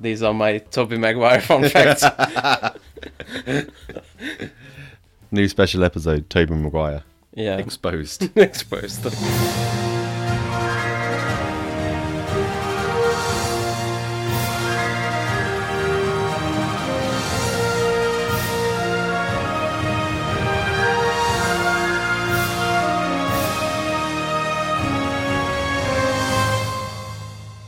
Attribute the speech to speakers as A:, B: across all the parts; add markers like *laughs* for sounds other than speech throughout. A: These are my Toby Maguire fun facts.
B: New special episode, Toby Maguire.
A: yeah.
B: Exposed.
A: Exposed.
B: *laughs*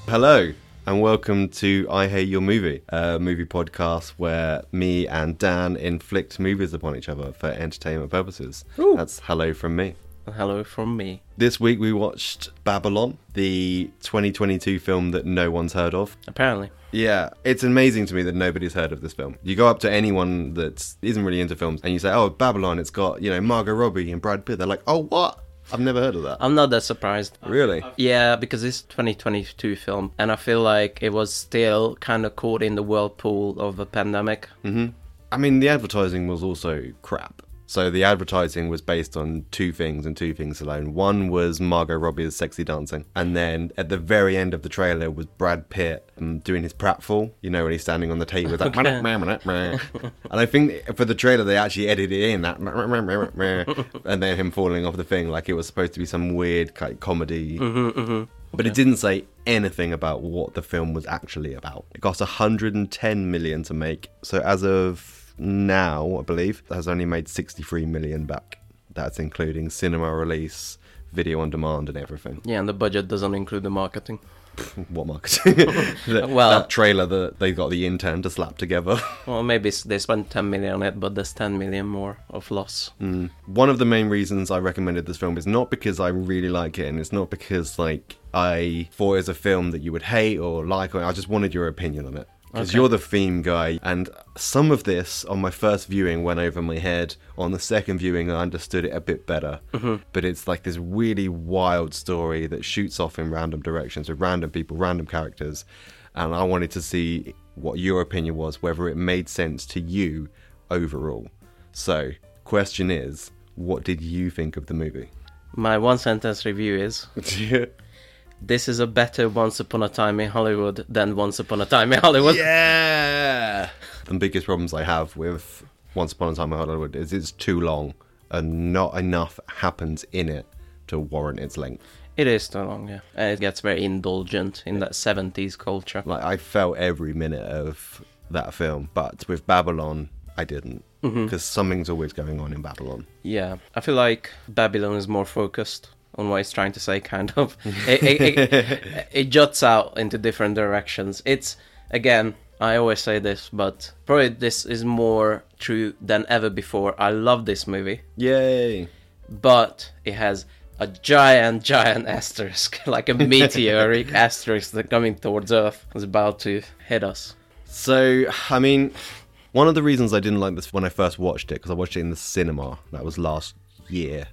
B: Hello, and welcome to I Hate Your Movie, a movie podcast where me and Dan inflict movies upon each other for entertainment purposes.
A: Ooh.
B: That's hello from me.
A: *laughs* Hello from me.
B: This week we watched Babylon, the 2022 film that no one's heard of.
A: Apparently.
B: Yeah, it's amazing to me that nobody's heard of this film. You go up to anyone that isn't really into films and you say, "Oh, Babylon, it's got, you know, Margot Robbie and Brad Pitt." They're like, "Oh, what? I've never heard of that."
A: I'm not that surprised.
B: really?
A: Yeah, because it's 2022 film, and I feel like it was still kind of caught in the whirlpool of a pandemic.
B: I mean, the advertising was also crap. So the advertising was based on two things and two things alone. One was Margot Robbie's sexy dancing, and then at the very end of the trailer was Brad Pitt um, doing his pratfall. You know, when he's standing on the table with that. "Meh, meh, meh, meh." and I think for the trailer they actually edited in that, "Meh, meh, meh, meh, meh," and then him falling off the thing like it was supposed to be some weird kind of comedy. But it didn't say anything about what the film was actually about. It cost 110 million to make. So as of now, I believe, it has only made 63 million back. That's including cinema release, video on demand, and everything.
A: Yeah, and the budget doesn't include the marketing.
B: What marketing? *laughs* that,
A: Well-
B: that trailer that they got the intern to slap together. *laughs*
A: Well, maybe s- they spent 10 million on it, but there's 10 million more of loss.
B: One of the main reasons I recommended this film is not because I really like it, and it's not because like I thought it was a film that you would hate or like. Or I just wanted your opinion on it because you're the theme guy, and some of this on my first viewing went over my head. On the second viewing, I understood it a bit better. But it's like this really wild story that shoots off in random directions with random people, random characters, and I wanted to see what your opinion was, whether it made sense to you overall. So, question is, what did you think of the movie?
A: My one sentence review is this is a better Once Upon a Time in Hollywood than Once Upon a Time in Hollywood.
B: *laughs* yeah. The biggest problems I have with Once Upon a Time in Hollywood is it's too long and not enough happens in it to warrant its length.
A: It is too long, yeah. And Uh, it gets very indulgent in that 70s culture.
B: Like I felt every minute of that film, but with Babylon, I didn't because something's always going on in Babylon.
A: Yeah, I feel like Babylon is more focused on what it's trying to say, kind *laughs* of. It, it, it, it juts out into different directions. It's, again, I always say this, but probably this is more true than ever before. I love this movie,
B: Yay!
A: but it has a giant, giant *laughs* asterisk, like a *laughs* meteoric asterisk that coming towards Earth is about to hit us.
B: So, I mean, one of the reasons I didn't like this when I first watched it, because I watched it in the cinema, that was last year.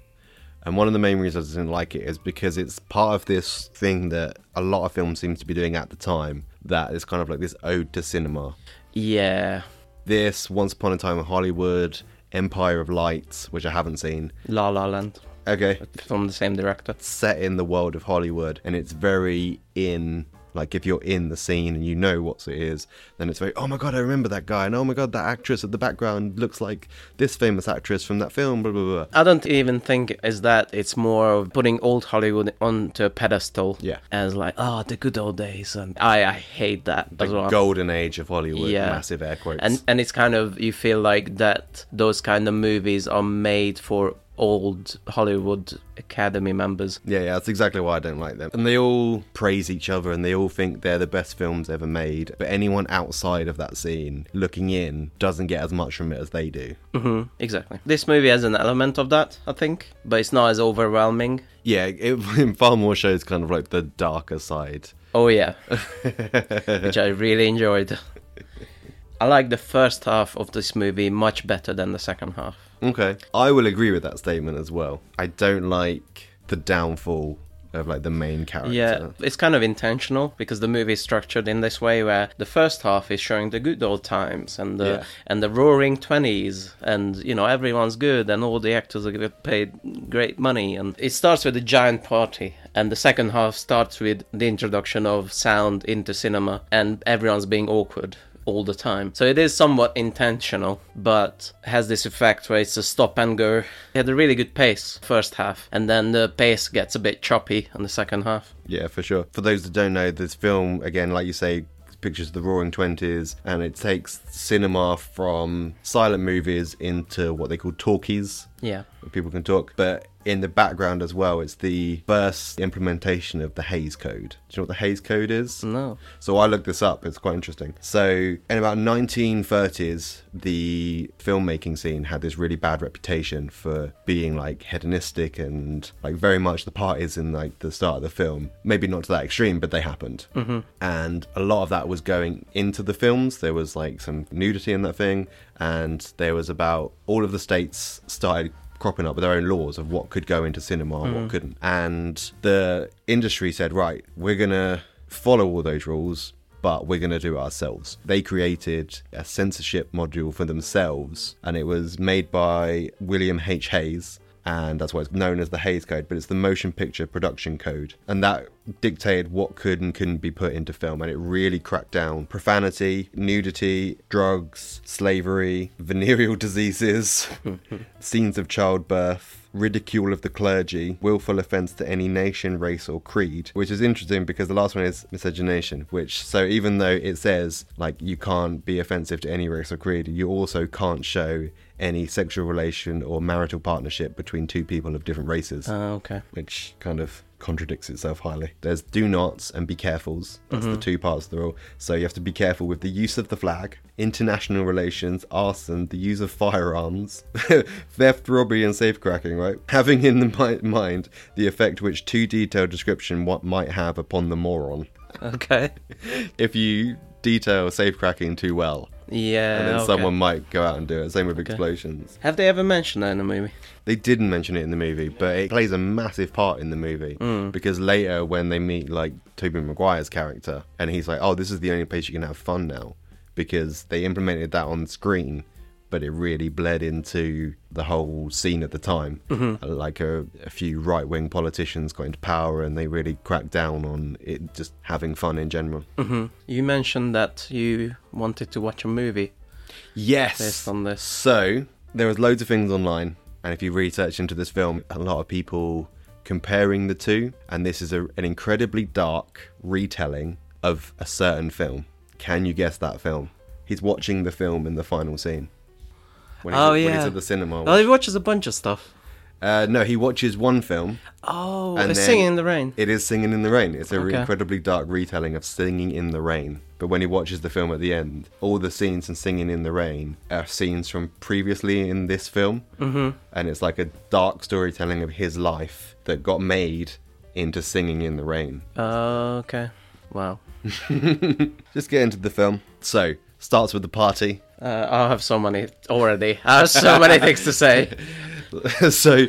B: And one of the main reasons I didn't like it is because it's part of this thing that a lot of films seem to be doing at the time that is kind of like this ode to cinema.
A: Yeah,
B: This, Once Upon a Time in Hollywood, Empire of Light, which I haven't seen.
A: La La Land
B: Okay.
A: from the same director.
B: set in the world of Hollywood and it's very in like if you're in the scene and you know what it is, then it's very oh my god, I remember that guy and oh my god, that actress at the background looks like this famous actress from that film, blah blah blah.
A: I don't even think it's that. It's more of putting old Hollywood onto a pedestal.
B: Yeah.
A: As like, oh, the good old days, and I, I hate that as well.
B: Golden age of Hollywood,
A: Yeah.
B: massive air quotes.
A: And and it's kind of you feel like that those kind of movies are made for old Hollywood Academy members.
B: yeah, yeah, that's exactly why I don't like them. And they all praise each other and they all think they're the best films ever made. But anyone outside of that scene looking in doesn't get as much from it as they do.
A: Mm-hmm. Exactly. This movie has an element of that, I think, but it's not as overwhelming.
B: Yeah, it, it *laughs* far more shows kind of like the darker side.
A: Oh yeah, *laughs* which I really enjoyed. I like the first half of this movie much better than the second half.
B: Okay. I will agree with that statement as well. I don't like the downfall of like the main character.
A: Yeah, it's kind of intentional because the movie is structured in this way, where the first half is showing the good old times and the
B: Yeah.
A: and the roaring twenties, and you know everyone's good and all the actors are get paid great money, and it starts with a giant party, and the second half starts with the introduction of sound into cinema, and everyone's being awkward all the time. So it is somewhat intentional, but has this effect where it's a stop and go. It had a really good pace first half, and then the pace gets a bit choppy on the second half.
B: Yeah, for sure. For those that don't know, this film, again, like you say, pictures the roaring 20s and it takes cinema from silent movies into what they call talkies.
A: Yeah.
B: where People can talk. But in the background as well, it's the first implementation of the Hayes Code. Do you know what the Hayes Code is?
A: No.
B: So I looked this up. It's quite interesting. So in about 1930s, the filmmaking scene had this really bad reputation for being like hedonistic and like very much the parties in like the start of the film. Maybe not to that extreme, but they happened. Mm-hmm. And a lot of that was going into the films. There was like some nudity in that thing, and there was about all of the states started cropping up with their own laws of what could go into cinema and what couldn't. And the industry said, right, we're going to follow all those rules, but we're going to do it ourselves. They created a censorship module for themselves, and it was made by William H. Hayes. And that's why it's known as the Hayes Code, but it's the Motion Picture Production Code. And that dictated what could and couldn't be put into film. And it really cracked down profanity, nudity, drugs, slavery, *laughs* venereal diseases, *laughs* scenes of childbirth, ridicule of the clergy, willful offence to any nation, race, or creed, which is interesting because the last one is miscegenation, which, so even though it says, like, you can't be offensive to any race or creed, you also can't show any sexual relation or marital partnership between two people of different races
A: Ah,
B: *laughs*
A: okay.
B: which kind of contradicts itself highly. There's do nots and be carefuls. That's the two parts of the rule. So you have to be careful with the use of the flag, international relations, arson, the use of firearms, *laughs* theft, robbery, and safecracking, right? Having in the mi- mind the effect which too detailed description what might have upon the moron.
A: Okay.
B: If you detail safecracking too well,
A: Yeah.
B: and then
A: Ah, okay.
B: someone might go out and do it. Same with explosions.
A: Have they ever mentioned that in a movie?
B: They didn't mention it in the movie, but it plays a massive part in the movie because later when they meet like Toby Maguire's character and he's like, "Oh, this is the only place you can have fun now," because they implemented that on screen, but it really bled into the whole scene at the time. Like a, a few right-wing politicians got into power and they really cracked down on it just having fun in general.
A: You mentioned that you wanted to watch a movie.
B: Yes.
A: Based on this.
B: So there was loads of things online, and if you research into this film, a lot of people comparing the two, and this is a, an incredibly dark retelling of a certain film. Can you guess that film? He's watching the film in the final scene. When he's,
A: Oh,
B: when
A: yeah.
B: he's at the cinema.
A: Oh, he watches a bunch of stuff.
B: Uh, no, he watches one film.
A: Oh,
B: And
A: they're
B: then-
A: singing in the rain.
B: It is Singing in the Rain. It's an
A: Okay.
B: incredibly dark retelling of Singing in the Rain. But when he watches the film at the end, all the scenes in Singing in the Rain are scenes from previously in this film. Mm-hmm. And it's like a dark storytelling of his life that got made into Singing in the Rain.
A: Oh, okay. Wow.
B: Just get into the film. So, starts with the party.
A: Uh, I have so many already. I have so
B: *laughs*
A: many things to say.
B: so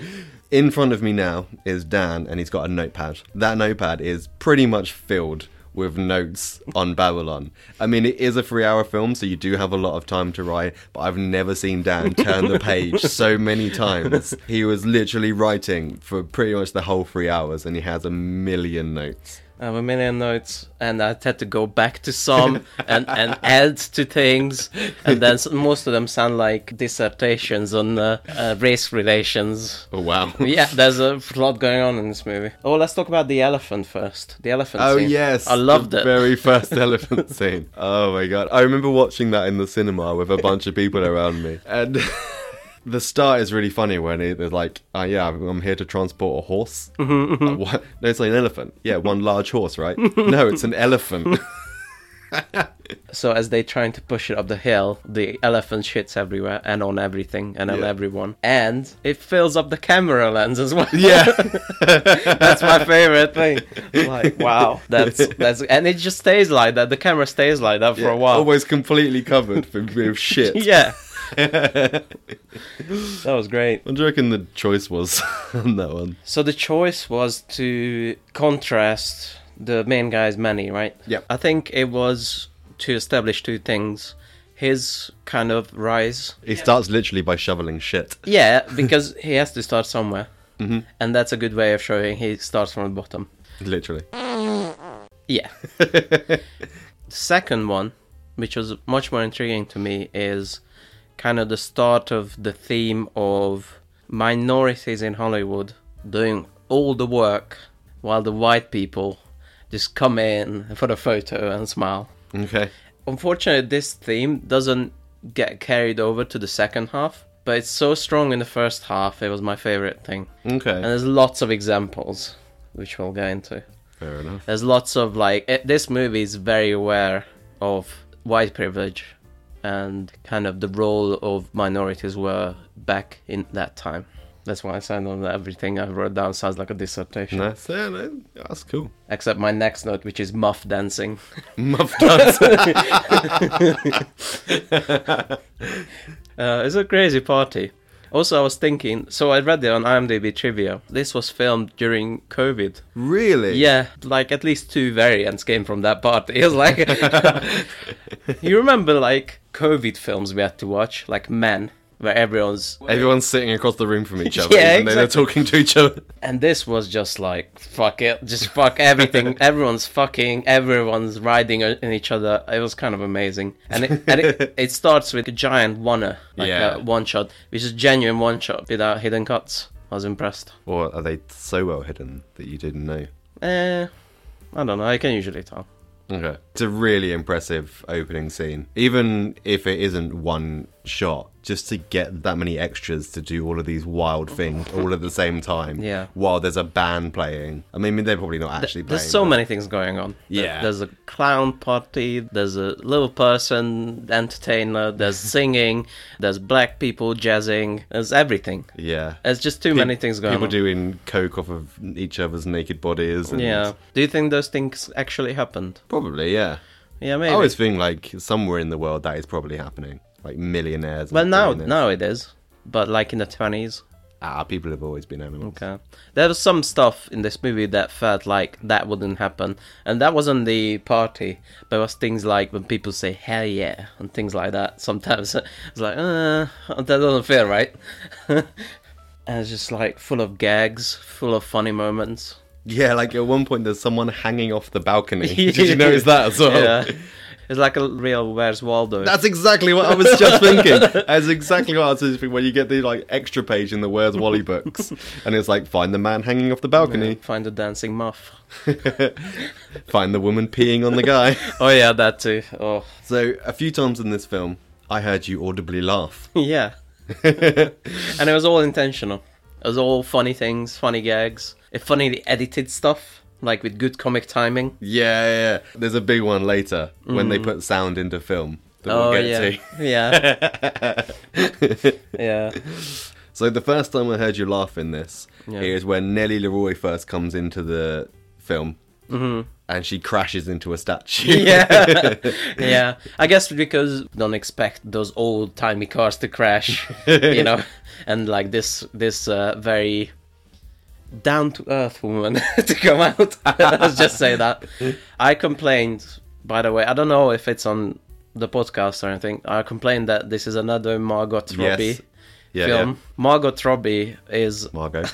B: in front of me now is Dan, and he's got a notepad. That notepad is pretty much filled with notes on Babylon. I mean, it is a three-hour film, so you do have a lot of time to write. But I've never seen Dan turn the page so many times. He was literally writing for pretty much the whole three hours, and he has a million notes.
A: I have a million notes, and I had to go back to some
B: *laughs*
A: and, and add to things, and then s- most of them sound like dissertations on uh, uh, race relations.
B: Oh wow!
A: Yeah, there's a lot going on in this movie. Oh, let's talk about the elephant first. The elephant.
B: Oh
A: scene.
B: yes,
A: I loved
B: the
A: it. *laughs*
B: Very first elephant scene. Oh my god, I remember watching that in the cinema with a bunch of people around me, and *laughs* the start is really funny when it- they're like, "Oh yeah, I'm I'm here to transport
A: *laughs*
B: a horse."
A: Mm-hmm,
B: Like, what? No, it's like an elephant. Yeah, one large horse,
A: *laughs*
B: right? no, it's an elephant. *laughs*
A: So as they're trying to push it up the hill, the elephant shits everywhere and on everything and on
B: Yeah.
A: everyone, and it fills up the camera lens as well.
B: yeah,
A: *laughs* That's my favorite
B: *laughs*
A: thing. Like, wow, that's that's, and it just stays like that. The camera stays like that for a while. *laughs*
B: *laughs* always completely covered with, with shit.
A: Yeah, That was great.
B: What do you reckon the choice was *laughs* on that one?
A: So the choice was to contrast the main guy's money, right?
B: Yep.
A: I think it was to establish two things. His kind of rise.
B: He starts literally by shoveling shit.
A: Yeah, because he has to start somewhere. And that's a good way of showing he starts from the bottom.
B: Literally.
A: Yeah. the second one, which was much more intriguing to me, is kind of the start of the theme of minorities in Hollywood doing all the work while the white people just come in for the photo and smile.
B: Okay.
A: Unfortunately, this theme doesn't get carried over to the second half, but it's so strong in the first half, it was my favorite thing. And
B: Okay.
A: there's lots of examples, which we'll get into
B: Fair enough.
A: there's lots of like it, this movie is very aware of white privilege and kind of the role of minorities were back in that time that's why i signed on that everything i wrote down sounds like a dissertation
B: That's, yeah, no, that's cool.
A: except my next note which is muff dancing *laughs*
B: Muff dance.
A: Uh, it's a crazy party. Also, I was thinking, so I read it on IMDb trivia. This was filmed during COVID.
B: *laughs* really?
A: Yeah, like at least two variants came from that party. *laughs* It's like. you remember, like, COVID films we had to watch, like Men, where everyone's.
B: Everyone's sitting across the room from each
A: *laughs*
B: other,
A: Yeah,
B: and then they're talking to
A: *laughs*
B: each other.
A: And this was just like, fuck it, just fuck everything. everyone's fucking, everyone's riding in each other. It was kind of amazing. And it, and it, it starts with a giant oneer, like
B: Yeah.
A: a one shot, which is genuine one shot without hidden cuts. I was impressed.
B: Or are they so well hidden that you didn't know?
A: Eh, I don't know, I can usually tell.
B: Okay. It's a really impressive opening scene. Even if it isn't one shot, just to get that many extras to do all of these wild things all at the same time.
A: *laughs* Yeah.
B: While there's a band playing. I mean, they're probably not actually playing.
A: There's so
B: but-
A: many things going on. There-
B: Yeah.
A: There's a clown party, there's a little person entertainer,
B: *laughs*
A: there's singing, there's black people jazzing, there's everything.
B: Yeah.
A: There's just too many things going
B: People
A: on.
B: doing coke off of each other's naked bodies. And
A: Yeah. Do you think those things actually happened?
B: Probably, yeah.
A: Yeah, maybe.
B: I always think like somewhere in the world that is probably happening. Like millionaires. and
A: well, now,
B: billionaires.
A: now it is. But like in the 20s.
B: Ah, people have always been animals.
A: Okay. There was some stuff in this movie that felt like that wouldn't happen. And that wasn't the party. But it was things like when people say, hell yeah, and things like that. Sometimes *laughs* it's like, uh, that doesn't feel right. *laughs* and it's just like full of gags, full of funny moments.
B: *laughs* Yeah, like at one point there's someone hanging off the *laughs* balcony. *laughs* Did you notice that as well?
A: Yeah. It's like a real Where's Waldo.
B: That's exactly what I was *laughs* just thinking. That's exactly what I was just thinking when you get the like extra page in the Where's Wally books, and it's like find the man hanging off the balcony,
A: Find a dancing muff.
B: *laughs* find the woman peeing on the *laughs* guy.
A: Oh, yeah, that too. Oh,
B: so a few times in this film, I heard you audibly laugh. *laughs*
A: yeah. and it was all intentional. It was all funny things, funny gags, eh, funny edited stuff, like with good comic timing.
B: Yeah, yeah, Mm. yeah. There's a big one later when they put sound into film that
A: oh
B: we'll
A: yeah,
B: get
A: yeah,
B: to. *laughs*
A: yeah.
B: so the first time I heard you laugh in this
A: Yeah.
B: is when Nellie Leroy first comes into the film. And she crashes into a statue.
A: Mm-hmm. *laughs*
B: *laughs*
A: Yeah, yeah. I guess because don't expect those old timey cars to crash, you
B: *laughs*
A: know, and like this this uh, very down to earth woman *laughs* to come out. *laughs* Let's just say that. I complained, by the way. I don't know if it's on the podcast or anything. I complained that this is another Margot Robbie
B: Yes. Yeah,
A: film.
B: yeah.
A: Margot Robbie is *laughs*
B: Margot.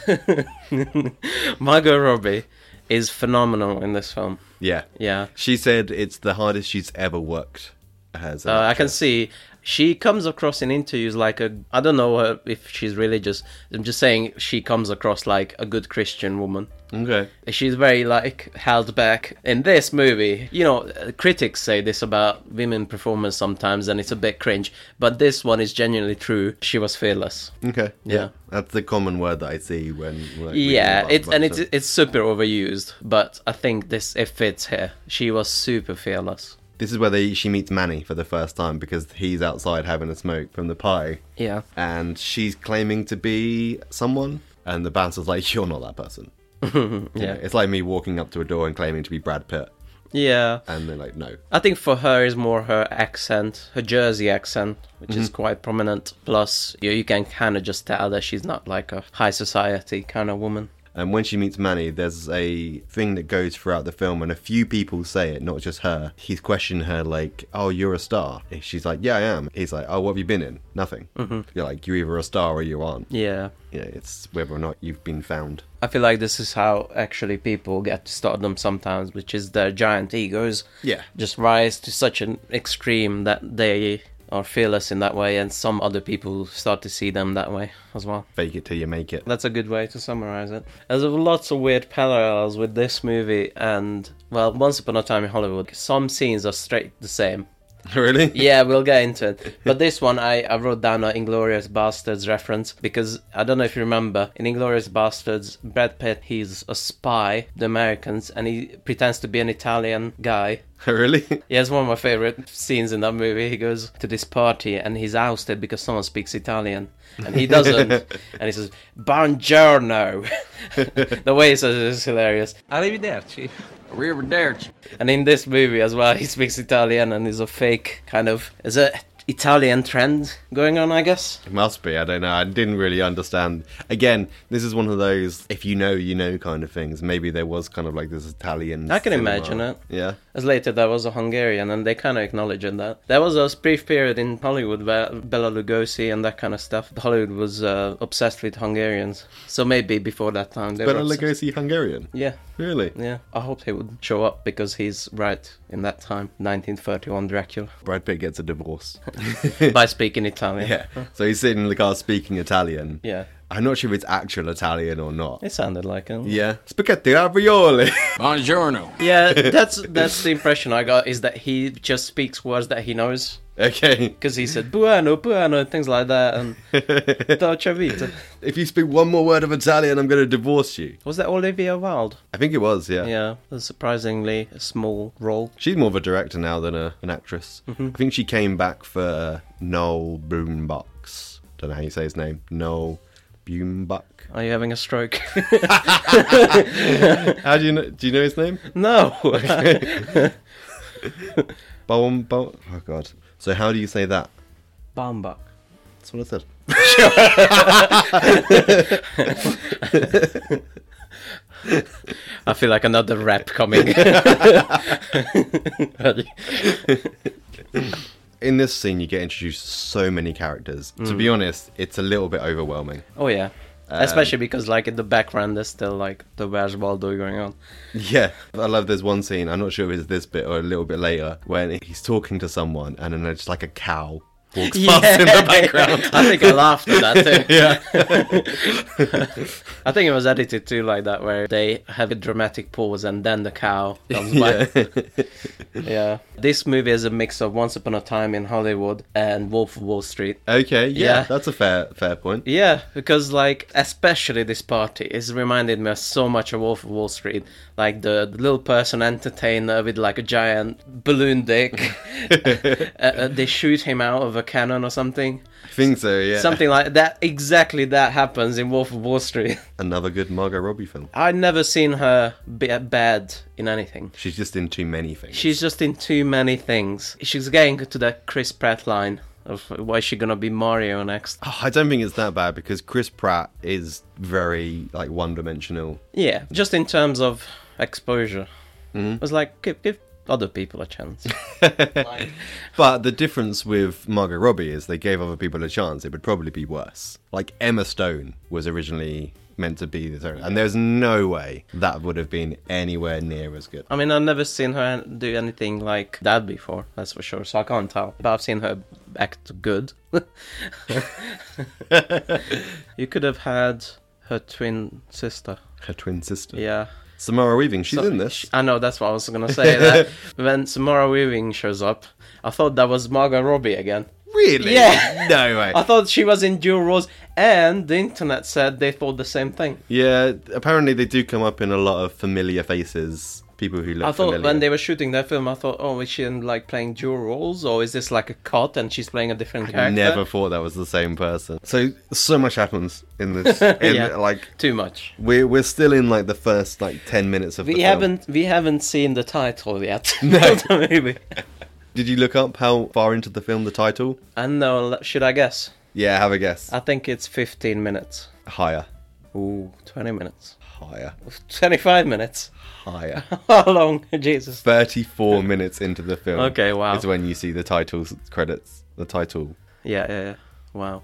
A: Margot Robbie is phenomenal in this film.
B: Yeah.
A: Yeah.
B: She said it's the hardest she's ever worked as
A: Uh, I
B: a
A: can see she comes across in interviews like a I don't know uh, if she's religious. I'm just saying she comes across like a good Christian woman.
B: Okay.
A: She's very like held back in this movie. You know, uh, critics say this about women performers sometimes, and it's a bit cringe. But this one is genuinely true. She was fearless.
B: Okay. Yeah.
A: Yeah.
B: That's the common word that I see when. like, reading
A: Yeah,
B: about
A: it's and
B: bunch
A: it's it's super overused, but I think this it fits here. She was super fearless.
B: of- This is where they, she meets Manny for the first time because he's outside having a smoke from the pie,
A: Yeah.
B: and she's claiming to be someone, and the
A: *laughs*
B: bouncer's like, "You're not that person." You know,
A: Yeah.
B: It's like me walking up to a door and claiming to be Brad Pitt.
A: Yeah.
B: and they're like, no.
A: I think for her is more her accent, her Jersey accent, which is quite prominent. Plus, you, you can kind of just tell that she's not like a high society kind of woman.
B: And when she meets Manny, there's a thing that goes throughout the film, and a few people say it, not just her. He's questioned her, like, Oh, you're a star. And She's like, Yeah, I am. He's like, Oh, what have you been in? Nothing.
A: Mm-hmm.
B: You're like, You're either a star or you aren't.
A: Yeah.
B: Yeah, it's whether or not you've been found.
A: I feel like this is how actually people get to stardom sometimes, which is their giant egos
B: Yeah.
A: just rise to such an extreme that they are fearless in that way, and some other people start to see them that way as well.
B: Fake it till you make it.
A: That's a good way to summarize it. There's lots of weird parallels with this movie and, well, Once Upon a Time in Hollywood. Some scenes are straight the same.
B: *laughs* really?
A: Yeah, we'll get into it. But this one, I, I wrote down an Inglorious Bastards reference because I don't know if you remember. In Inglorious Bastards, Brad Pitt, he's a spy, the Americans, and he pretends to be an Italian guy.
B: really?
A: Yeah, it's one of my favorite scenes in that movie. He goes to this party and he's ousted because someone speaks Italian and he doesn't. and he says, Buongiorno. *laughs* the way he says it is hilarious. Arrivederci.
C: Arrivederci.
A: And in this movie as well, he speaks Italian and is a fake kind of. Is a Italian trend going on, I guess?
B: It must be. I don't know. I didn't really understand. Again, this is one of those if you know, you know kind of things. Maybe there was kind of like this Italian.
A: I can
B: cinema.
A: imagine it.
B: Yeah.
A: As later there was a Hungarian, and they kind of acknowledged that. There was a brief period in Hollywood where Bela Lugosi and that kind of stuff. Hollywood was uh, obsessed with Hungarians, so maybe before that time they
B: But
A: were.
B: I'll
A: obsessed-
B: go see Hungarian.
A: Yeah,
B: Really?
A: yeah. I hoped he would show up because he's right in that time, 1931
B: *laughs*
A: Dracula,
B: Brad Pitt gets a
A: *laughs*
B: divorce. *laughs*
A: by speaking Italian.
B: yeah. So he's sitting in the car speaking Italian.
A: Yeah.
B: I'm not sure if it's actual Italian or not.
A: It sounded like him.
B: Yeah. Spaghetti ravioli. *laughs*
C: Buongiorno.
A: Yeah, that's that's the impression I got is that he just speaks words that he knows
B: okay.
A: because he said buono, buono, and things like that, and
B: *laughs*
A: dolce vita.
B: If you speak one more word of Italian, I'm going to divorce you.
A: Was that Olivia Wilde?
B: I think it was, yeah.
A: Yeah, a surprisingly small role.
B: She's more of a director now than a, an actress. I think she came back for Noel Boombox. Don't know how you say his name. Noel Boombuck.
A: Are you having a *laughs* stroke?
B: How do you know? Do you know his name?
A: no.
B: Boom, boom. Oh God. So how do you say that?
A: *laughs* Bamba.
B: That's what I said.
A: I feel like another rap *laughs* coming.
B: in this scene you get introduced to so many characters to be honest it's a little bit overwhelming
A: oh yeah. Especially because like in the background there's still like the Where's Waldo going *laughs* on.
B: yeah i love there's one scene i'm not sure if it's this bit or a little bit later when he's talking to someone and then it's like a cow walks
A: *laughs*
B: past in the background
A: I think I laughed at that too.
B: yeah
A: *laughs* I think it was edited too like that where they have a dramatic pause and then the cow *laughs* comes by. yeah. This movie is a mix of Once Upon a Time in Hollywood and Wolf of Wall Street.
B: okay yeah,
A: Yeah.
B: that's a fair fair point
A: Yeah, because like especially this party is reminded me of so much of Wolf of Wall Street, like the, the little person entertainer with like a giant balloon dick. *laughs*
B: *laughs*
A: uh, uh, they shoot him out of a cannon or something,
B: i think so yeah
A: something like that. Exactly that happens in Wolf of Wall Street. *laughs*
B: another good margot robbie film
A: I've never seen her be uh, bad in anything.
B: she's just in too many things
A: She's just in too many things. She's getting to that Chris Pratt line of why is she gonna be Mario next?
B: Oh, i don't think it's that bad because chris pratt is very like one-dimensional
A: Yeah, just in terms of exposure, mm it
B: Mm-hmm.
A: was like give, give other people a
B: *laughs*
A: chance.
B: But the difference with Margot Robbie is they gave other people a chance. It would probably be worse. Like Emma Stone was originally meant to be the third, and there's no way that would have been anywhere near as good.
A: I mean, I've never seen her do anything like that before, that's for sure. So I can't tell. But I've seen her act
B: *laughs*
A: good. you could have had her twin sister.
B: Her twin sister,
A: Yeah.
B: Samara Weaving, she's
A: So-
B: in this.
A: I know that's what I was gonna say.
B: *laughs*
A: That when Samara Weaving shows up, I thought that was Margot Robbie again.
B: Really?
A: Yeah.
B: No way.
A: *laughs* I thought she was in dual roles, and the internet said they thought the same thing.
B: yeah. Apparently, they do come up in a lot of familiar faces people who look
A: I thought
B: familiar.
A: when they were shooting that film, I thought, oh, is she in, like playing dual roles, or is this like a cut and she's playing a different character?
B: Never thought that was the same person. So so much happens in this.
A: *laughs*
B: In,
A: Yeah.
B: Like
A: Too much.
B: we're we're still in like the first like ten minutes of.
A: We
B: the film.
A: haven't we haven't seen the title
B: *laughs*
A: yet. *laughs* No. Maybe.
B: Did you look up how far into the film the title?
A: I don't know. Should I guess?
B: Yeah, have a guess.
A: I think it's 15 minutes.
B: higher,
A: Ooh, 20 minutes.
B: higher,
A: 25 minutes. *laughs*
B: higher.
A: How long? *laughs* Jesus.
B: Thirty-four minutes into the film.
A: Okay, wow.
B: Is when you see the title credits. The title.
A: Yeah, yeah, yeah. Wow.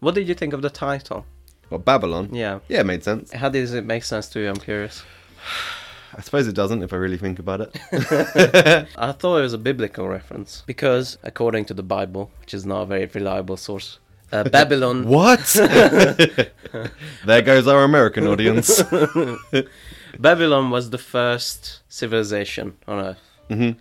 A: What did you think of the title?
B: Well, Babylon.
A: Yeah.
B: Yeah, it made sense.
A: How does it make sense to you? I'm curious.
B: I suppose it doesn't if I really think about it.
A: I thought it was a biblical reference because, according to the Bible, which is not a very reliable source,
B: *laughs*
A: uh, Babylon
B: what? there goes our American audience.
A: Babylon was the first civilization on Earth.
B: Mm-hmm.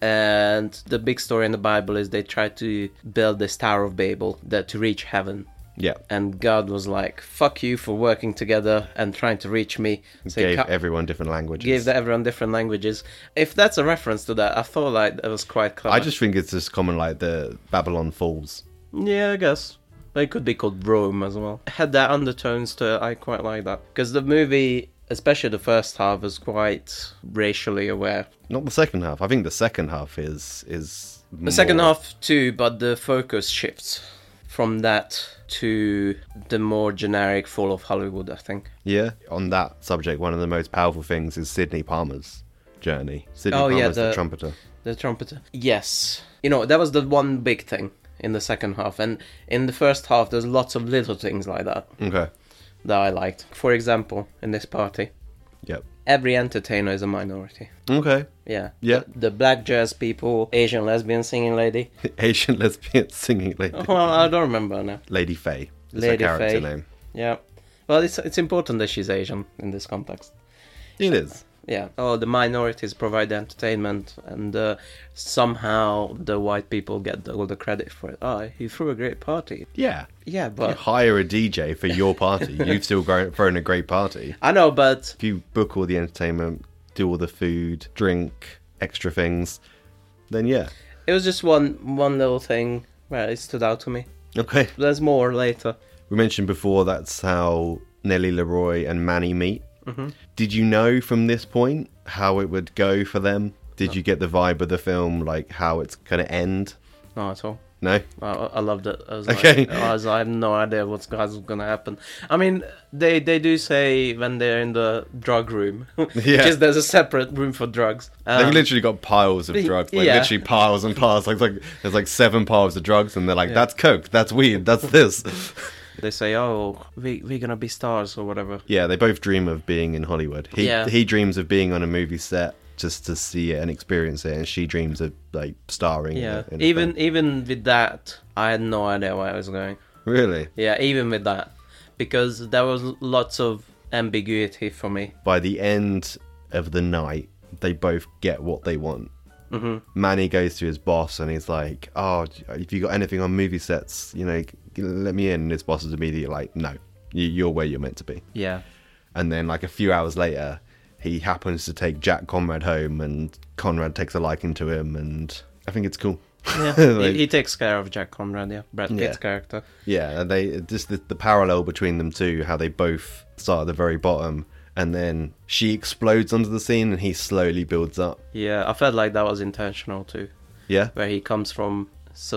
A: And the big story in the Bible is they tried to build this Tower of Babel that to reach heaven.
B: yeah.
A: And God was like, "Fuck you for working together and trying to reach me." So he
B: Gave
A: cut-
B: everyone different languages.
A: gave that everyone different languages. If that's a reference to that, I thought like that was quite clever.
B: I just think it's just common, like the Babylon Falls.
A: Yeah, I guess. It could be called Rome as well. It had that undertones to it. I quite like that. Because the movie, especially the first half, was quite racially aware.
B: Not the second half. I think the second half is is
A: The second half too, but the focus shifts from that to the more generic fall of Hollywood, I think.
B: Yeah. On that subject, one of the most powerful things is Sydney Palmer's journey. Sydney
A: Oh,
B: Palmer's
A: yeah,
B: the...
A: the-
B: trumpeter.
A: The trumpeter. Yes. You know, that was the one big thing in the second half. And in the first half, there's lots of little things like that
B: Okay.
A: that I liked. For example, in this party,
B: Yep.
A: every entertainer is a minority.
B: Okay. *laughs*
A: Yeah.
B: Yeah.
A: The black jazz people, Asian lesbian singing
B: *laughs*
A: lady.
B: Asian lesbian *laughs* singing lady.
A: Well, I don't remember now.
B: Lady Faye. is her
A: Oh. Lady
B: character
A: Faye.
B: name.
A: Yeah. Well, it's it's important that she's Asian in this context.
B: It is.
A: Yeah. Oh, the minorities provide the entertainment, and uh, somehow the white people get the, all the credit for it. Oh, he threw a great party.
B: Yeah.
A: Yeah,
B: You
A: but
B: hire a DJ for
A: *laughs*
B: your party. You've still gro- thrown a great party.
A: I know, but
B: If you book all the entertainment, do all the food, drink, extra things, then yeah.
A: it was just one one little thing where it stood out to me.
B: Okay.
A: There's more later.
B: We mentioned before that's how Nellie Leroy and Manny meet.
A: Mm-hmm.
B: Did you know from this point how it would go for them? Did you get the vibe of the film, like how it's going to end?
A: No, at all.
B: No?
A: I, I loved it. I was
B: Okay.
A: like, I, was, I have no idea what's guys gonna happen. I mean, they they do say when they're in the drug room, *laughs*
B: Yeah.
A: just there's a separate room for drugs.
B: They've
A: Um,
B: literally got piles of
A: y-
B: drugs, like
A: yeah.
B: literally piles and piles. Like, like there's like seven piles of drugs, and they're like, "That's coke, that's weed, that's this."
A: they say, oh, we we're gonna be stars or whatever.
B: yeah, they both dream of being in Hollywood. He
A: Yeah.
B: he dreams of being on a movie set just to see it and experience it, and she dreams of like starring. in a-
A: Yeah,
B: in a
A: even
B: film.
A: even with that, I had no idea where I was going.
B: really
A: Yeah, even with that, because there was lots of ambiguity for me.
B: by the end of the night, they both get what they want. Mm-hmm. Manny goes to his boss and he's like, "Oh, if you got anything on movie sets, you know, g- let me in." And his boss is immediately like, "No, you- you're where you're meant to be." *laughs*
A: Yeah,
B: and then like a few hours later he happens to take jack conrad home and conrad takes a liking to him and i think it's cool *laughs*
A: yeah.
B: Like-
A: he, he takes care of Jack Conrad. Yeah, Brad Pitt's
B: Yeah.
A: character.
B: yeah and they just the, the parallel between them two how they both start at the very bottom and then she explodes onto the scene and he slowly builds up
A: Yeah, I felt like that was intentional too.
B: yeah
A: where he comes from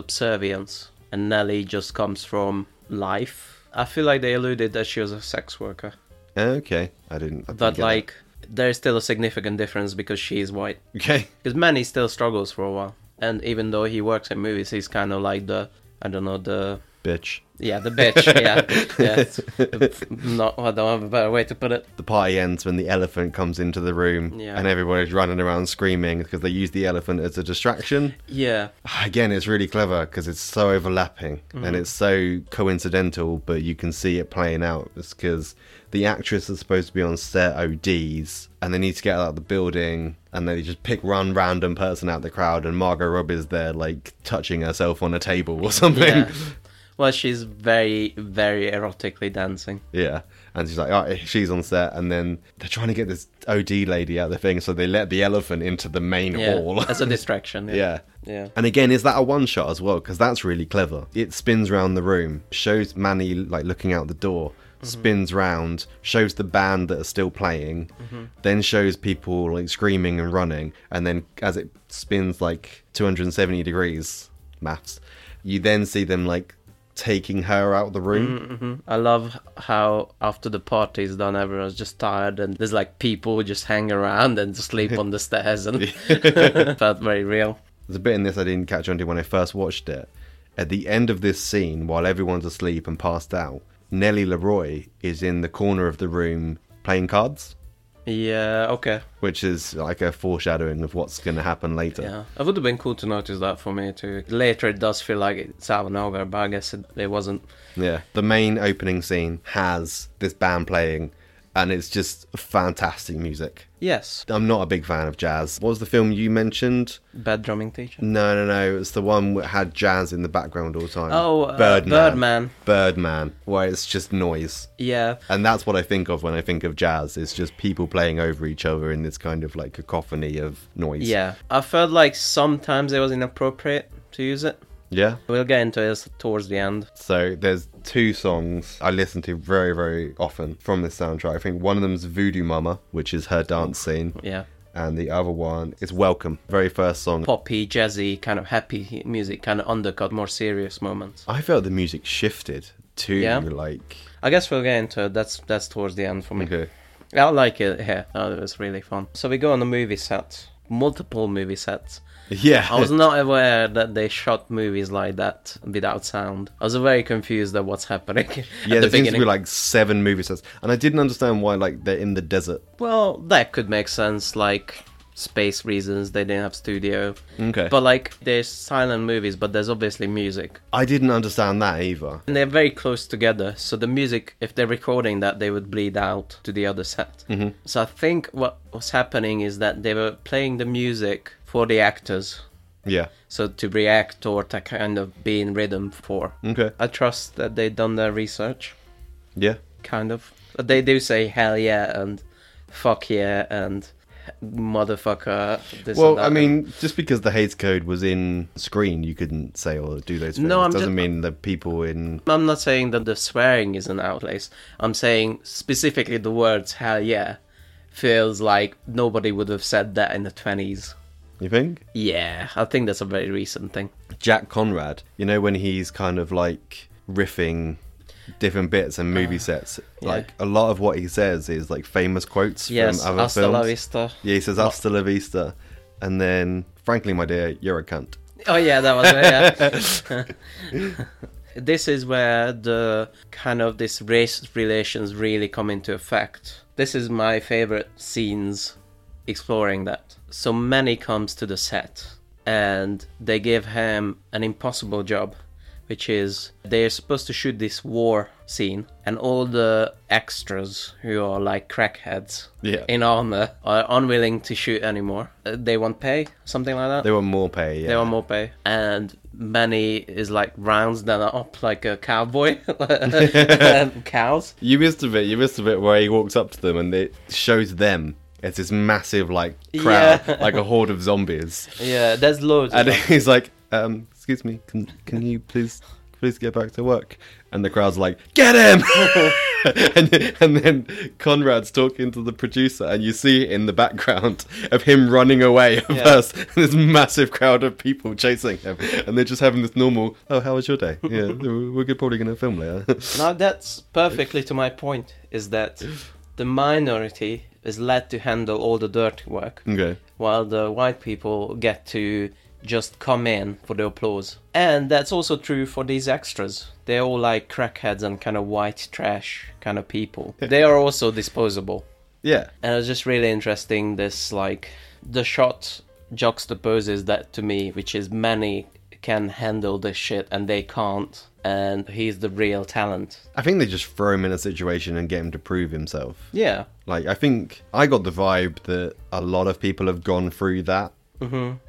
A: subservience and Nelly just comes from life. I feel like they alluded that she was a sex worker,
B: okay i didn't I didn't
A: but
B: get
A: like there's still a significant difference because she is white.
B: that. okay *laughs*
A: Because Manny still struggles for a while, and even though he works in movies, he's kind of like the I don't know the
B: bitch
A: yeah the
B: *laughs*
A: bitch yeah yeah not I don't have a better way to put it
B: the party ends when the elephant comes into the room
A: Yeah.
B: and everybody's running around screaming because they use the elephant as a distraction
A: yeah
B: Ah, again it's really clever because it's so overlapping
A: Mm.
B: and it's so coincidental but you can see it playing out it's because the actress is supposed to be on set ods and they need to get out of the building and they just pick one random person out of the crowd and margot robbie's there like touching herself on a table or *laughs* something
A: yeah. Well, she's very, very erotically dancing.
B: Yeah. And she's like, oh, she's on set, and then they're trying to get this OD lady out of the thing, so they let the elephant into the main
A: Yeah,
B: hall.
A: as a distraction. Yeah.
B: *laughs* yeah.
A: Yeah.
B: And again, is that a one shot as well? Because that's really clever. It spins round the room, shows Manny like looking out the door, spins round, shows the band that are still playing, then shows people like screaming and running, and then as it spins like 270 degrees, maths, you then see them like taking her out of the room.
A: I love how after the party is done, everyone's just tired, and there's like people who just hang around and sleep on the stairs, and felt very real.
B: There's a bit in this I didn't catch on to when I first watched it. At the end of this scene, while everyone's asleep and passed out, Nellie Leroy is in the corner of the room playing cards,
A: Yeah. Okay.
B: which is like a foreshadowing of what's going to happen later.
A: Yeah. It would have been cool to notice that for me too. Later, it does feel like it's out and over, but I guess it, it wasn't.
B: Yeah. The main opening scene has this band playing, and it's just fantastic music.
A: Yes.
B: I'm not a big fan of jazz. What was the film you mentioned?
A: Bad drumming teacher.
B: No, no, no. It's the one that had jazz in the background all the time.
A: Oh, uh, Birdman.
B: Birdman, where it's just noise.
A: Yeah.
B: And that's what I think of when I think of jazz. It's just people playing over each other in this kind of like cacophony of noise.
A: Yeah. I felt like sometimes it was inappropriate to use it.
B: Yeah.
A: We'll get into this towards the end.
B: So there's two songs I listen to very, very often from this soundtrack. I think one of them's Voodoo Mama, which is her dance scene.
A: Yeah.
B: And the other one is Welcome, very first song.
A: Poppy, jazzy, kind of happy music, kind of undercut, more serious moments.
B: I felt the music shifted to
A: Yeah.
B: like.
A: I guess we'll get into it. That's that's towards the end for me.
B: Okay.
A: I like it here. Oh, it was really fun. So we go on a movie set, multiple movie sets.
B: *laughs* Yeah.
A: I was not aware that they shot movies like that without sound. I was very confused at what's happening *laughs*
B: yeah,
A: at the
B: there seems to
A: beginning.
B: be like seven movie sets, and I didn't understand why like they're in the desert.
A: well, that could make sense, like space reasons. They didn't have studio.
B: Okay.
A: But like, there's silent movies, but there's obviously music.
B: I didn't understand that either.
A: And they're very close together, so the music, if they're recording that, they would bleed out to the other set. Mm-hmm. So I think what was happening is that they were playing the music for the actors,
B: Yeah.
A: so to react or to kind of be in rhythm for.
B: Okay.
A: I trust that they've done their research,
B: Yeah.
A: kind of. But they do say hell yeah and fuck yeah and motherfucker. This
B: Well,
A: and that.
B: I mean, just because the Hays Code was in screen, you couldn't say or do those things.
A: No, I'm
B: doesn't
A: ju-
B: mean the people in.
A: I'm not saying that the swearing isn't out of place. I'm saying specifically the words "hell yeah" feels like nobody would have said that in the twenties.
B: You think
A: Yeah, I think that's a very recent thing.
B: Jack Conrad? You know when he's kind of like riffing different bits and
A: Ah,
B: movie sets. Like a lot of what he says is like famous quotes
A: Yes,
B: from other
A: hasta
B: films.
A: la vista.
B: Yeah, he says "Hasta la vista," and then "Frankly, my dear, you're a cunt."
A: Oh yeah, that was yeah. *laughs* this is where the kind of this race relations really come into effect. This is my favorite scenes exploring that. So Manny comes to the set and they give him an impossible job, which is they're supposed to shoot this war scene and all the extras who are like crackheads
B: Yeah.
A: in armor are unwilling to shoot anymore. Uh, They want pay, something like that.
B: They want more pay. Yeah.
A: They want more pay. And Manny is like rounds them up like a cowboy. *laughs* Um, Cows.
B: You missed a bit. You missed a bit where he walks up to them and it shows them. It's this massive like crowd,
A: Yeah.
B: like a horde of *laughs* zombies.
A: Yeah, there's loads. Of
B: And *laughs*
A: them.
B: he's like, um, "Excuse me, can can you please please get back to work?" And the crowd's like, "Get him!" *laughs* and, and then Conrad's talking to the producer, and you see it in the background of him running away at
A: Yeah.
B: first. *laughs* And this massive crowd of people chasing him, and they're just having this normal, "Oh, how was your day?" Yeah, we're probably gonna film later.
A: *laughs*
B: *laughs*
A: Now that's perfectly to my point is that the minority is led to handle all the dirty work
B: okay.
A: while the white people get to just come in for the applause. And that's also true for these extras. They're all like crackheads and kind of white trash kind of people. They are also disposable.
B: Yeah.
A: and it was just really interesting this like the shot juxtaposes that to me which is many can handle this shit and they can't and he's the real talent
B: I think they just throw him in a situation and get him to prove himself.
A: yeah
B: Like, I think I got the vibe that a lot of people have gone through that,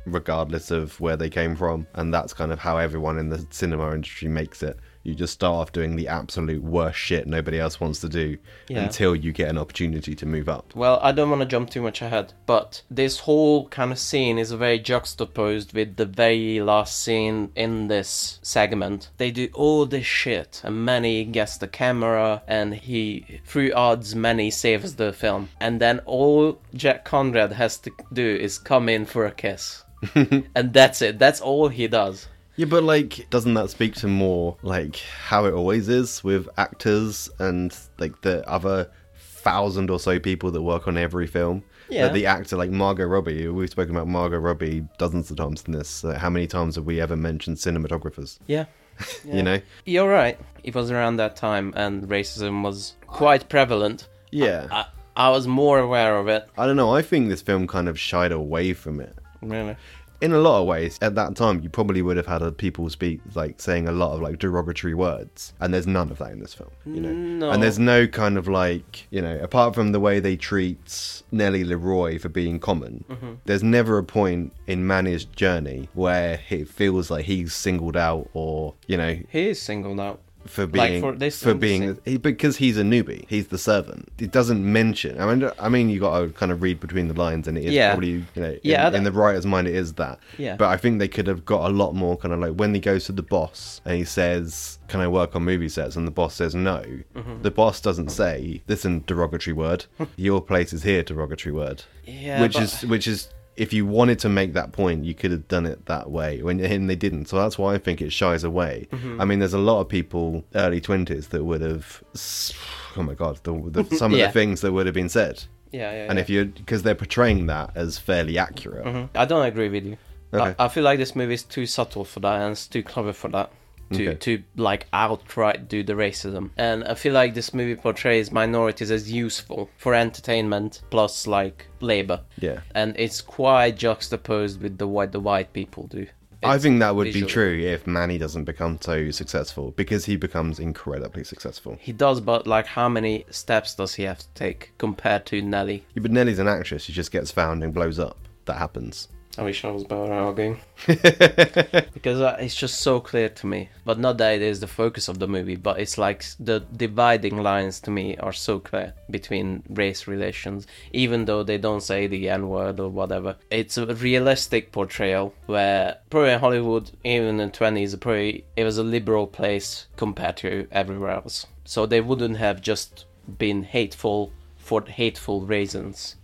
B: regardless of where they came from. And that's kind of how everyone in the cinema industry makes it. You just start off doing the absolute worst shit nobody else wants to do
A: Yeah.
B: until you get an opportunity to move up.
A: Well, I don't want to jump too much ahead, but this whole kind of scene is very juxtaposed with the very last scene in this segment. They do all this shit, and Manny gets the camera, and he, through odds, Manny saves the film. And then all Jack Conrad has to do is come in for a kiss. and that's it, that's all he does.
B: Yeah, but like, doesn't that speak to more like how it always is with actors and like the other thousand or so people that work on every film?
A: Yeah.
B: That the actor, like Margot Robbie, we've spoken about Margot Robbie dozens of times in this. Uh, how many times have we ever mentioned cinematographers?
A: Yeah.
B: You know?
A: You're right. It was around that time, and racism was quite prevalent.
B: Yeah.
A: I, I was more aware of it.
B: I don't know. I think this film kind of shied away from it.
A: Really?
B: in a lot of ways at that time you probably would have had uh, people speak like saying a lot of like derogatory words and there's none of that in this film you know
A: No.
B: and there's no kind of like you know apart from the way they treat nellie leroy for being common there's never a point in manny's journey where it feels like he's singled out or you know
A: He is singled out.
B: for
A: Like,
B: being
A: for
B: for,
A: this and
B: being
A: this.
B: he, because he's a newbie. He's the servant. It doesn't mention. I mean, I mean, you got to kind of read between the lines, and it is
A: Yeah.
B: probably you know in,
A: Yeah, that-
B: in the writer's mind it is that.
A: Yeah.
B: But I think they could have got a lot more kind of like when he goes to the boss and he says, "Can I work on movie sets?" and the boss says no.
A: Mm-hmm.
B: The boss doesn't say, "Listen, derogatory
A: *laughs*
B: word. Your place is here, derogatory word."
A: Yeah,
B: Which
A: but-
B: is which is if you wanted to make that point, you could have done it that way, when and they didn't. So that's why I think it shies away.
A: Mm-hmm.
B: I mean, there's a lot of people early twenties that would have, s- oh my god, the,
A: *laughs*
B: the, some
A: Yeah.
B: of the things that would have been said.
A: Yeah, yeah. Mm-hmm.
B: And
A: yeah.
B: if you because they're portraying that as fairly accurate,
A: I don't agree with you.
B: Okay.
A: I, I feel like this movie is too subtle for that and it's too clever for that. To,
B: Okay.
A: to like outright do the racism and i feel like this movie portrays minorities as useful for entertainment plus like labor
B: Yeah.
A: and it's quite juxtaposed with the what the white people do
B: I
A: It's
B: think that would
A: visual.
B: be true if Manny doesn't become so successful because he becomes incredibly successful.
A: he does but like how many steps does he have to take compared to nelly
B: Yeah, But Nelly's an actress; she just gets found and blows up. That happens.
A: I wish I was better at arguing. because uh, it's just so clear to me. But not that it is the focus of the movie, but it's like s- the dividing lines to me are so clear between race relations, even though they don't say the N word or whatever. It's a realistic portrayal where probably in Hollywood, even in the 20s, probably it was a liberal place compared to everywhere else. So they wouldn't have just been hateful for hateful reasons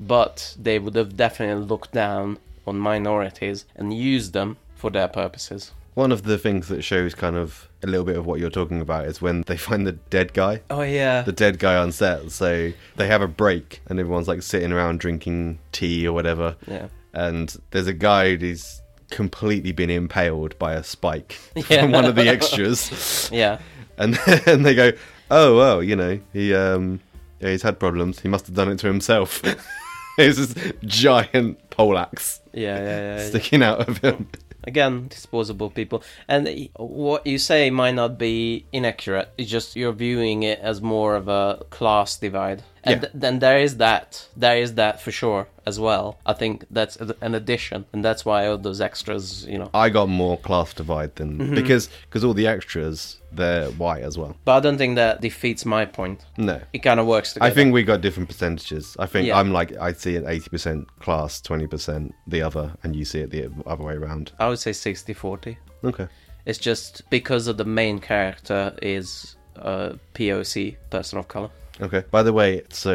A: but they would have definitely looked down on minorities and used them for their purposes.
B: One of the things that shows kind of a little bit of what you're talking about is when they *laughs* find the dead guy,
A: Oh yeah,
B: the dead guy on set. So they have a break and everyone's like sitting around drinking tea or whatever.
A: Yeah.
B: And there's a guy who's completely been impaled by
A: *laughs*
B: a spike
A: Yeah.
B: from one of the extras. *laughs*
A: yeah,
B: And and they go, "Oh well, you know, he um yeah, he's had problems. He must have done it to himself." *laughs* it's this giant pole axe
A: yeah, yeah. yeah, yeah.
B: sticking out of him.
A: Again, disposable people, and y- what you say might not be inaccurate. It's just you're viewing it as more of a class divide, and
B: Yeah.
A: th- then there is that. There is that for sure as well. I think that's a- an addition, and that's why all those extras, you know.
B: I got more class divide than because because all the extras they're white as well.
A: But I don't think that defeats my point.
B: No,
A: It kind of works together.
B: Mm. I think we got different percentages. I think
A: Yeah.
B: I'm like I see it eighty percent class, twenty percent the other, and you see it the other way around.
A: I would say 60-40.
B: Okay,
A: It's just because of the main character is a POC person of color.
B: okay. By the way, so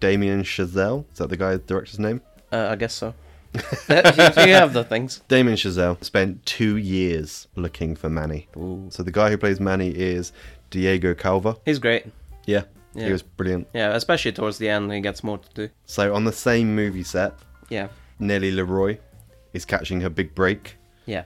B: Damien Chazelle is that the guy director's name?
A: Uh, I guess so.
B: *laughs*
A: you have the things.
B: Damien Chazelle spent two years looking for Manny. So the guy who plays Manny is Diego Calva.
A: He's great.
B: Yeah,
A: Yeah.
B: he was brilliant.
A: Yeah, especially towards the end, he gets more to do.
B: So on the same movie set,
A: Yeah,
B: Nellie Leroy is catching her big break.
A: yeah.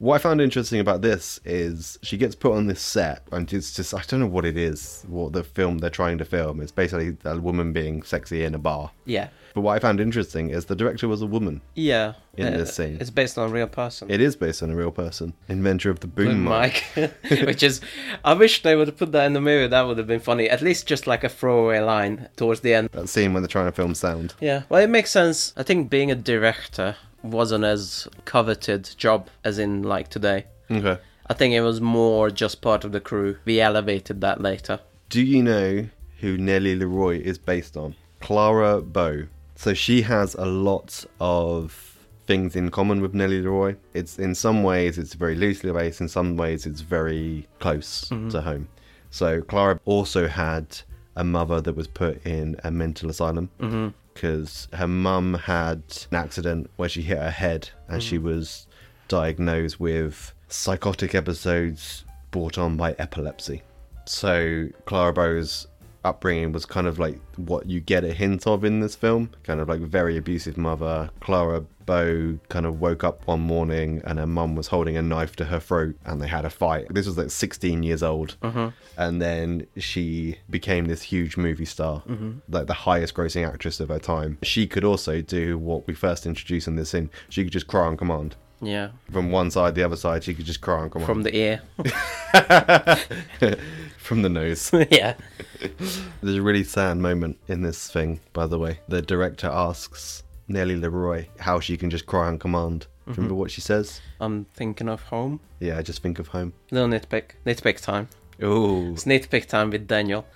B: What I found interesting about this is she gets put on this set, and it's just I don't know what it is, what the film they're trying to film. It's basically a woman being sexy in a bar.
A: Yeah.
B: But what I found interesting is the director was a woman.
A: Yeah. Uh,
B: In this scene.
A: It's based on a real person.
B: It is based on a real person, inventor of the
A: Boom
B: boom, mic.
A: mic.
B: *laughs*
A: Which is, I wish they would have put that in the movie. That would have been funny. At least just like a throwaway line towards the end.
B: That scene when they're trying to film sound.
A: Yeah, well, it makes sense. I think being a director wasn't as coveted job as in like today.
B: Okay.
A: I think it was more just part of the crew. We elevated that later.
B: Do you know who Nellie Leroy is based on? Clara Bow. So she has a lot of things in common with Nellie Leroy. It's in some ways it's very loosely based, in some ways it's very close to home. So Clara also had a mother that was put in a mental asylum because her mum had an accident where she hit her head and she was diagnosed with psychotic episodes brought on by epilepsy. So Clara Bow's upbringing was kind of like what you get a hint of in this film, kind of like very abusive mother. Clara Bow kind of woke up one morning and her mum was holding a knife to her throat and they had a fight. This was like 16 years old. And then she became this huge movie star, like the highest grossing actress of her time. She could also do what we first introduced in this scene. She could just cry on command.
A: Yeah,
B: From one side, the other side, she could just cry on command.
A: from the *laughs* ear.
B: from the nose.
A: yeah.
B: There's a really sad moment in this thing, by the way. The director asks Nellie Leroy how she can just cry on command. Do you
A: Mm-hmm.
B: Remember what she says?
A: *laughs* I'm thinking of home.
B: Yeah, I just think of home.
A: Little nitpick. Nitpick time.
B: Ooh.
A: It's nitpick time with *laughs* Daniel.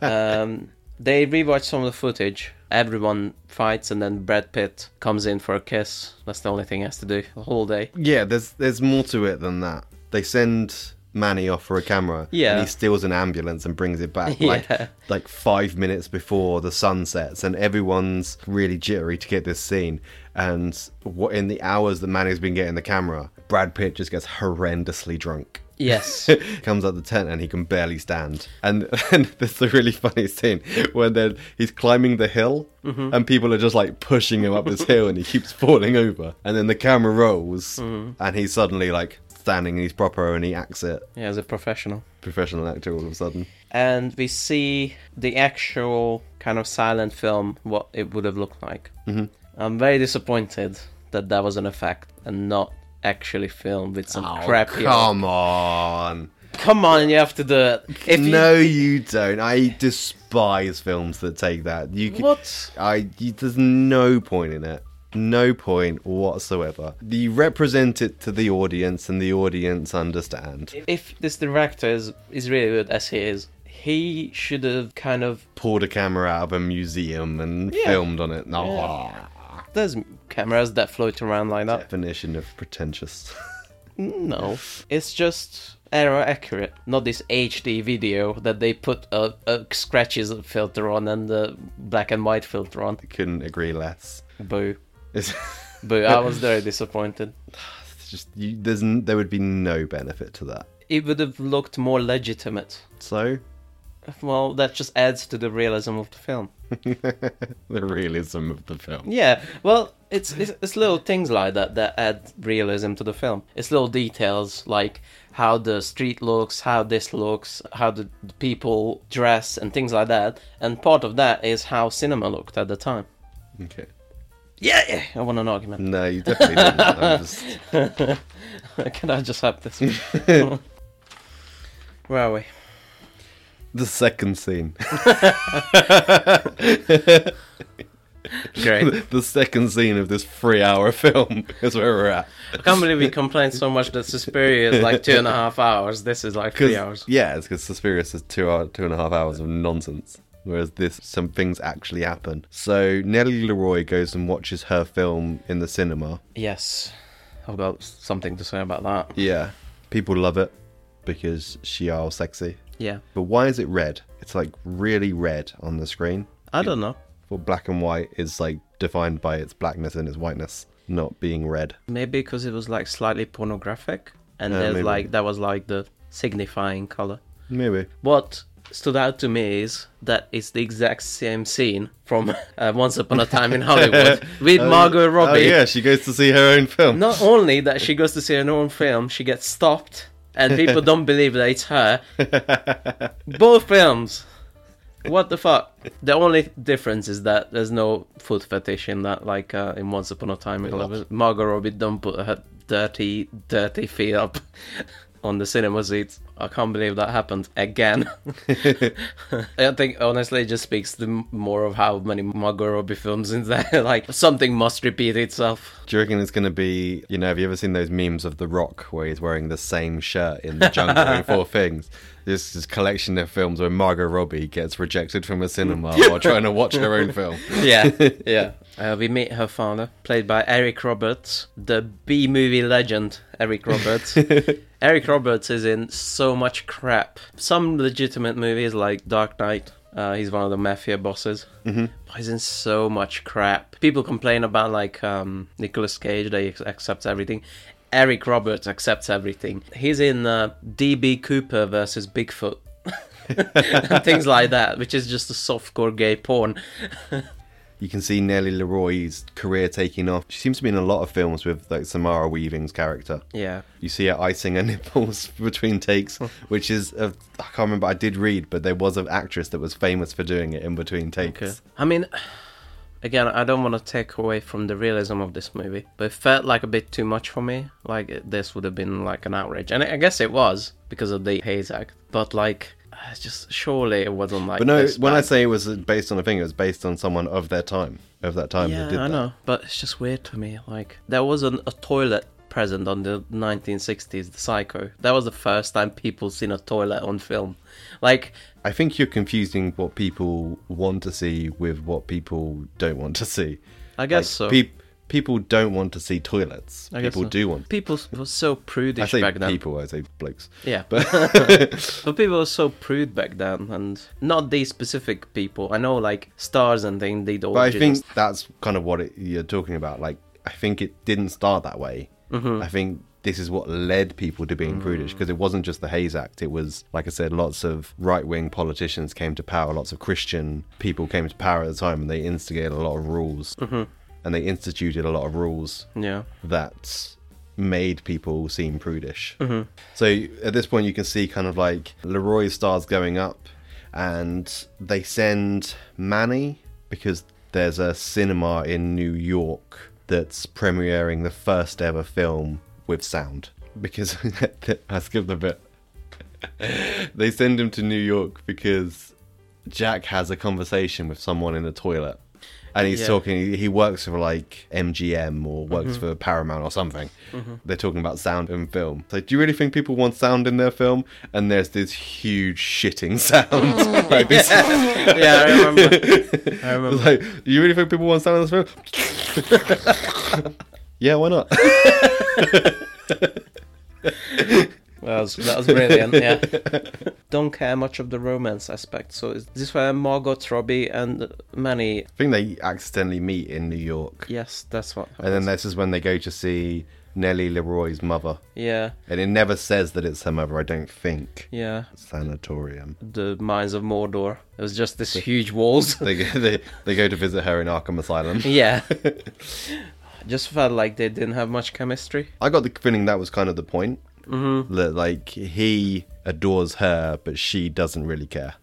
A: um, they rewatched some of the footage. Everyone fights, and then Brad Pitt comes in for a kiss. That's the only thing he has to do the whole *laughs* day.
B: Yeah, there's there's more to it than that. They send Manny off for a camera.
A: Yeah.
B: And he steals an ambulance and brings it
A: *laughs*
B: back
A: Yeah.
B: like like five minutes before the sun sets and everyone's really jittery to get this scene. And what in the hours that Manny's been getting the camera, Brad Pitt just gets horrendously drunk.
A: *laughs* Yes.
B: *laughs* comes out the tent and he can barely stand. And, *laughs* and there's a really funny scene when then he's climbing the hill and people are just like pushing him up this hill and he keeps falling over. And then the camera rolls and he's suddenly like standing and he's proper and he acts it.
A: yeah, as a professional.
B: Professional actor all of a sudden.
A: and we see the actual kind of silent film what it would have looked like. Mm-hmm. I'm very disappointed that that was an effect and not actually filmed with some crap. here.
B: Oh, Come on.
A: Come on, you have to do it. If you-
B: no, you... don't. I despise films that take that. You can,
A: What?
B: I you, there's no point in it. No point whatsoever. You represent it to the audience, and the audience understand.
A: if this director is is really good as he is, he should have kind of
B: Pulled a camera out of a museum and filmed on it. No
A: there's cameras that float around like that.
B: definition of pretentious. *laughs*
A: No, it's just error accurate, not this HD video that they put a, a scratches filter on and the black and white filter on.
B: Couldn't agree less.
A: Boo.
B: It's *laughs*
A: Boo. I was very disappointed.
B: it's just you, there's n- there would be no benefit to that.
A: It would have looked more legitimate.
B: So
A: Well, that just adds to the realism of the film.
B: the realism of the film.
A: Yeah, well, it's, it's it's little things like that that add realism to the film. It's little details like how the street looks, how this looks, how the the people dress, and things like that. And part of that is how cinema looked at the time.
B: Okay.
A: Yeah, yeah, I want an argument.
B: No, you definitely didn't. I'm
A: *laughs*
B: just
A: Can I just have this? Where are we?
B: the second scene.
A: Great.
B: *laughs* the second scene of this three-hour *laughs* film is where we're at.
A: I can't believe we complained so much that Suspiria is like two and a half hours. This is like
B: *laughs* 'Cause-
A: three hours.
B: Yeah, it's because Suspirius is two hour, two and a half hours of nonsense. Whereas this, some things actually happen. So Nellie Leroy goes and watches her film in the cinema.
A: Yes, I've got something to say about that.
B: Yeah, people love it because she are sexy.
A: Yeah,
B: But why is it red? It's like really red on the screen.
A: I don't know.
B: Well, black and white is like defined by its blackness and its whiteness, not being red.
A: Maybe because it was like slightly pornographic, and
B: Yeah,
A: there's
B: maybe.
A: like that was like the signifying color.
B: Maybe.
A: What stood out to me is that it's the exact same scene from *laughs* uh, Once Upon a Time in
B: *laughs*
A: Hollywood with Margot Robbie.
B: Oh yeah, she goes to see her own film.
A: Not only that she goes to see her own film, she gets stopped, and people don't believe that it's her. Both films. What the fuck? The only difference is that there's no foot fetish in that, like uh, in Once Upon a Time in Hollywood. Margot Robbie don't put her dirty, dirty feet up *laughs* on the cinema seats. I can't believe that happened again. I think honestly, it just speaks to m- more of how many Margot Robbie films in there. *laughs* like something must repeat itself.
B: Do you reckon it's going to be, you know, have you ever seen those memes of The Rock where he's wearing the same shirt in the jungle in four things? This is a collection of films where Margot Robbie gets rejected from a cinema while trying to watch her own film.
A: Yeah, yeah. Uh, we meet her father, played by Eric Roberts, the B movie legend, Eric Roberts. Eric Roberts is in so much crap. Some legitimate movies like Dark Knight. Uh, he's one of the mafia bosses. Mm-hmm. But he's in so much crap. People complain about like um, Nicolas Cage. They ac- accepts everything. Eric Roberts accepts everything. He's in uh, DB Cooper versus Bigfoot. *laughs* and things like that, which is just a softcore gay porn.
B: You can see Nellie Leroy's career taking off. She seems to be in a lot of films with like Samara Weaving's character.
A: Yeah.
B: You see her icing her *laughs* nipples between takes, which is a, I can't remember. I did read, but there was an actress that was famous for doing it in between takes.
A: Okay. I mean, again, I don't want to take away from the realism of this movie, but it felt like a bit too much for me. Like it- this would have been like an outrage, and I I guess it was because of the Hayes Act. But like, it's just surely it wasn't like.
B: But no,
A: this
B: when I
A: bad.
B: say it was based on a thing, it was based on someone of their time, of that time
A: yeah,
B: that did
A: I
B: that.
A: know, but it's just weird to me. Like there was an, a toilet present on the 1960s, the Psycho. That was the first time people seen a toilet on film. Like
B: I think you're confusing what people want to see with what people don't want to see.
A: I guess so.
B: Like, peop- people don't want to see toilets.
A: I guess
B: people
A: so.
B: do want.
A: People s- were so
B: I
A: prudish
B: say
A: back then.
B: people. I say blokes.
A: *laughs* Yeah.
B: But
A: But people were so prude back then, and not these specific people. I know, like stars and things, they don't.
B: But I think that's kind of what it, you're talking about. Like, I think it didn't start that way. I think this is what led people to being prudish because it wasn't just the Hayes Act. It was, like I said, lots of right wing politicians came to power, lots of Christian people came to power at the time, and they instigated a lot of rules. And they instituted a lot of rules
A: *laughs* yeah,
B: that made people seem prudish. So at this point, you can see kind of like Leroy's stars going up, and they send Manny because there's a cinema in New York that's premiering the first ever film with sound. Because *laughs* I skipped a bit. *laughs* they send him to New York because Jack has a conversation with someone in the toilet. And he's
A: Yeah.
B: talking, he works for like MGM or works for Paramount or something. They're talking about sound in film. It's like, do you really think people want sound in their film? And there's this huge shitting *laughs* sound. like, this,
A: yeah. I remember. I
B: it's
A: remember.
B: like, do you really think people want sound in this film? *laughs* yeah, why not? *laughs*
A: That was, that was brilliant. Yeah. *laughs* don't care much of the romance aspect. So is this where Margot Robbie and Manny?
B: I think they accidentally meet in New York.
A: Yes, that's what.
B: And then this is when they go to see Nellie Leroy's mother.
A: yeah,
B: And it never says that it's her mother, I don't think.
A: yeah.
B: Sanatorium.
A: The mines of Mordor. It was just this huge *laughs* walls.
B: They go, they, they go to visit her in Arkham Asylum.
A: yeah. *laughs* Just felt like they didn't have much chemistry.
B: I got the feeling that was kind of the point. Mm-hmm. That, like, he adores her, but she doesn't really care.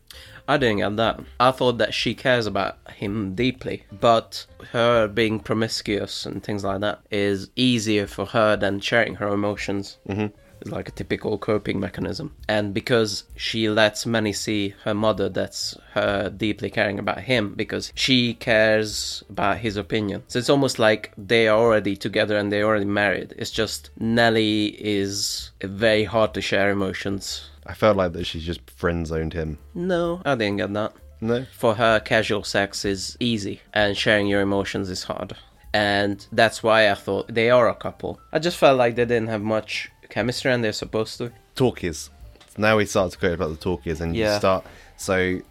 A: I didn't get that. I thought that she cares about him deeply, but her being promiscuous and things like that is easier for her than sharing her emotions. Mm-hmm. It's like a typical coping mechanism. And because she lets Manny see her mother, that's her deeply caring about him because she cares about his opinion. So it's almost like they are already together and they're already married. It's just Nelly is very hard to share emotions.
B: I felt like that she just friend zoned him.
A: No, I didn't get that
B: No?
A: for her, casual sex is easy and sharing your emotions is hard. And that's why I thought they are a couple. I just felt like they didn't have much chemistry and they're supposed to.
B: talkies. Now we start to go about the talkies, and you
A: Yeah.
B: start. So,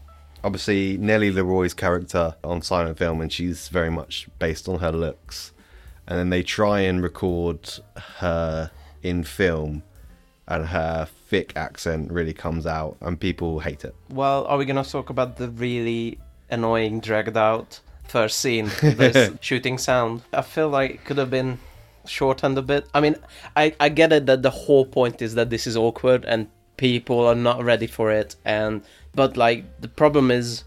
B: obviously, Nellie Leroy's character on silent film, and she's very much based on her looks. And then they try and record her in film, and her thick accent really comes out, and people hate it.
A: Well, are we going to talk about the really annoying, dragged out first scene? This shooting sound. I feel like it could have been shortened a bit. I mean, I, I get it that the whole point is that this is awkward and people are not ready for it. And But, like, the problem is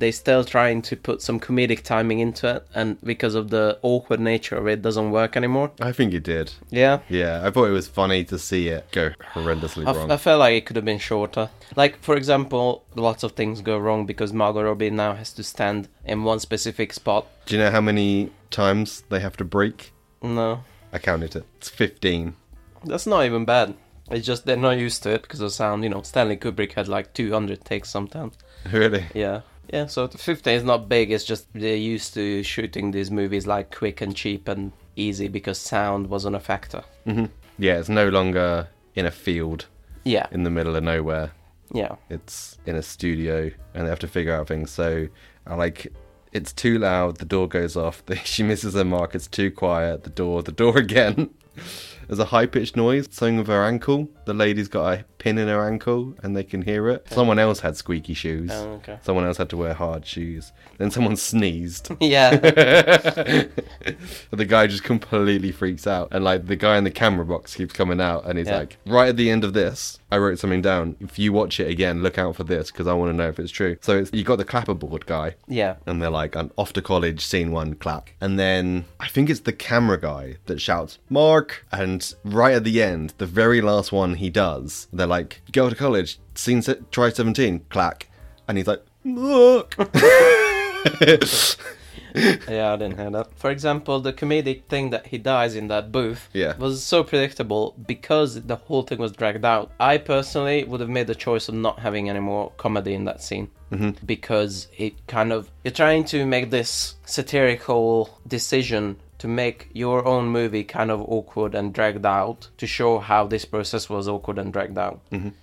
A: they're still trying to put some comedic timing into it, and because of the awkward nature of it, it doesn't work anymore.
B: I think it did.
A: Yeah.
B: Yeah, I thought it was funny to see it go horrendously
A: I, f-
B: wrong.
A: I felt like it could have been shorter. Like, for example, lots of things go wrong because Margot Robbie now has to stand in one specific spot.
B: Do you know how many times they have to break?
A: No,
B: I counted it. It's 15.
A: that's not even bad. It's just they're not used to it because of sound. You know, Stanley Kubrick had like 200 takes sometimes.
B: *laughs* Really?
A: Yeah. Yeah, so the 15 is not big, it's just they're used to shooting these movies like quick and cheap and easy because sound wasn't a factor.
B: Yeah, it's no longer in a field
A: Yeah.
B: in the middle of nowhere.
A: Yeah.
B: It's in a studio and they have to figure out things. So, I like, it's too loud, the door goes off, *laughs* she misses her mark, it's too quiet, the door, the door *laughs* again. There's a high pitched noise, something with her ankle. The lady's got a pin in her ankle and they can hear it. Someone else had squeaky shoes.
A: Oh, okay.
B: Someone else had to wear hard shoes. Then someone sneezed.
A: Yeah. *laughs*
B: the guy just completely freaks out and like the guy in the camera box keeps coming out and he's
A: Yeah.
B: like right at the end of this i wrote something down if you watch it again look out for this because i want to know if it's true so it's, you got the clapperboard guy
A: yeah.
B: and they're like i'm off to college scene one clap and then i think it's the camera guy that shouts mark and right at the end the very last one he does they're like go to college scene se- try 17 clack and he's like look
A: Yeah, I didn't hear that. For example, the comedic thing that he dies in that booth
B: Yeah.
A: was so predictable because the whole thing was dragged out. I personally would have made the choice of not having any more comedy in that scene mm-hmm. because it kind of you're trying to make this satirical decision to make your own movie kind of awkward and dragged out to show how this process was awkward and dragged out.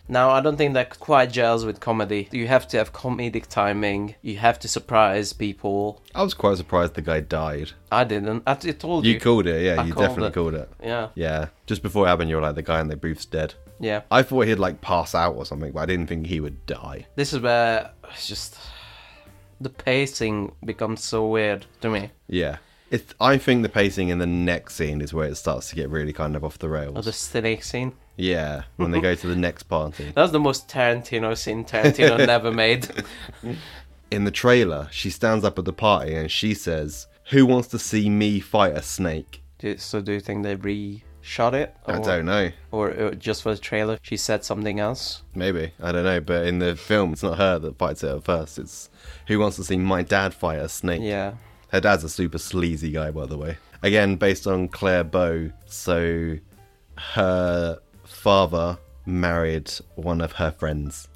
A: Now, I don't think that quite gels with comedy. You have to have comedic timing. You have to surprise people.
B: *laughs* i was quite surprised the guy died
A: I didn't. I, I told you.
B: You called it, yeah.
A: I
B: you
A: called
B: definitely
A: it.
B: called it.
A: Yeah.
B: Yeah. Just before it happened, you were like, the guy in the booth's dead.
A: Yeah.
B: I thought he'd like pass out or something, but I didn't think he would die.
A: This is where it's just the pacing becomes so weird to me.
B: Yeah. It's, I think the pacing in the next scene is where it starts to get really kind of off the rails.
A: Of the snake scene.
B: Yeah, when they go to the next party.
A: That was the most Tarantino scene
B: *laughs*
A: Tarantino never made.
B: In the trailer, she stands up at the party and she says, Who wants to see me fight a snake?
A: Do- so do you think they re-shot it? Or,
B: I don't know.
A: Or, or just for the trailer, she said something else.
B: Maybe. I don't know. But in the film, it's not her that fights it at first. It's who wants to see my dad fight a snake?
A: Yeah.
B: Her dad's a super sleazy guy, by the way. Again, based on Claire Bow. So her father married one of her friends.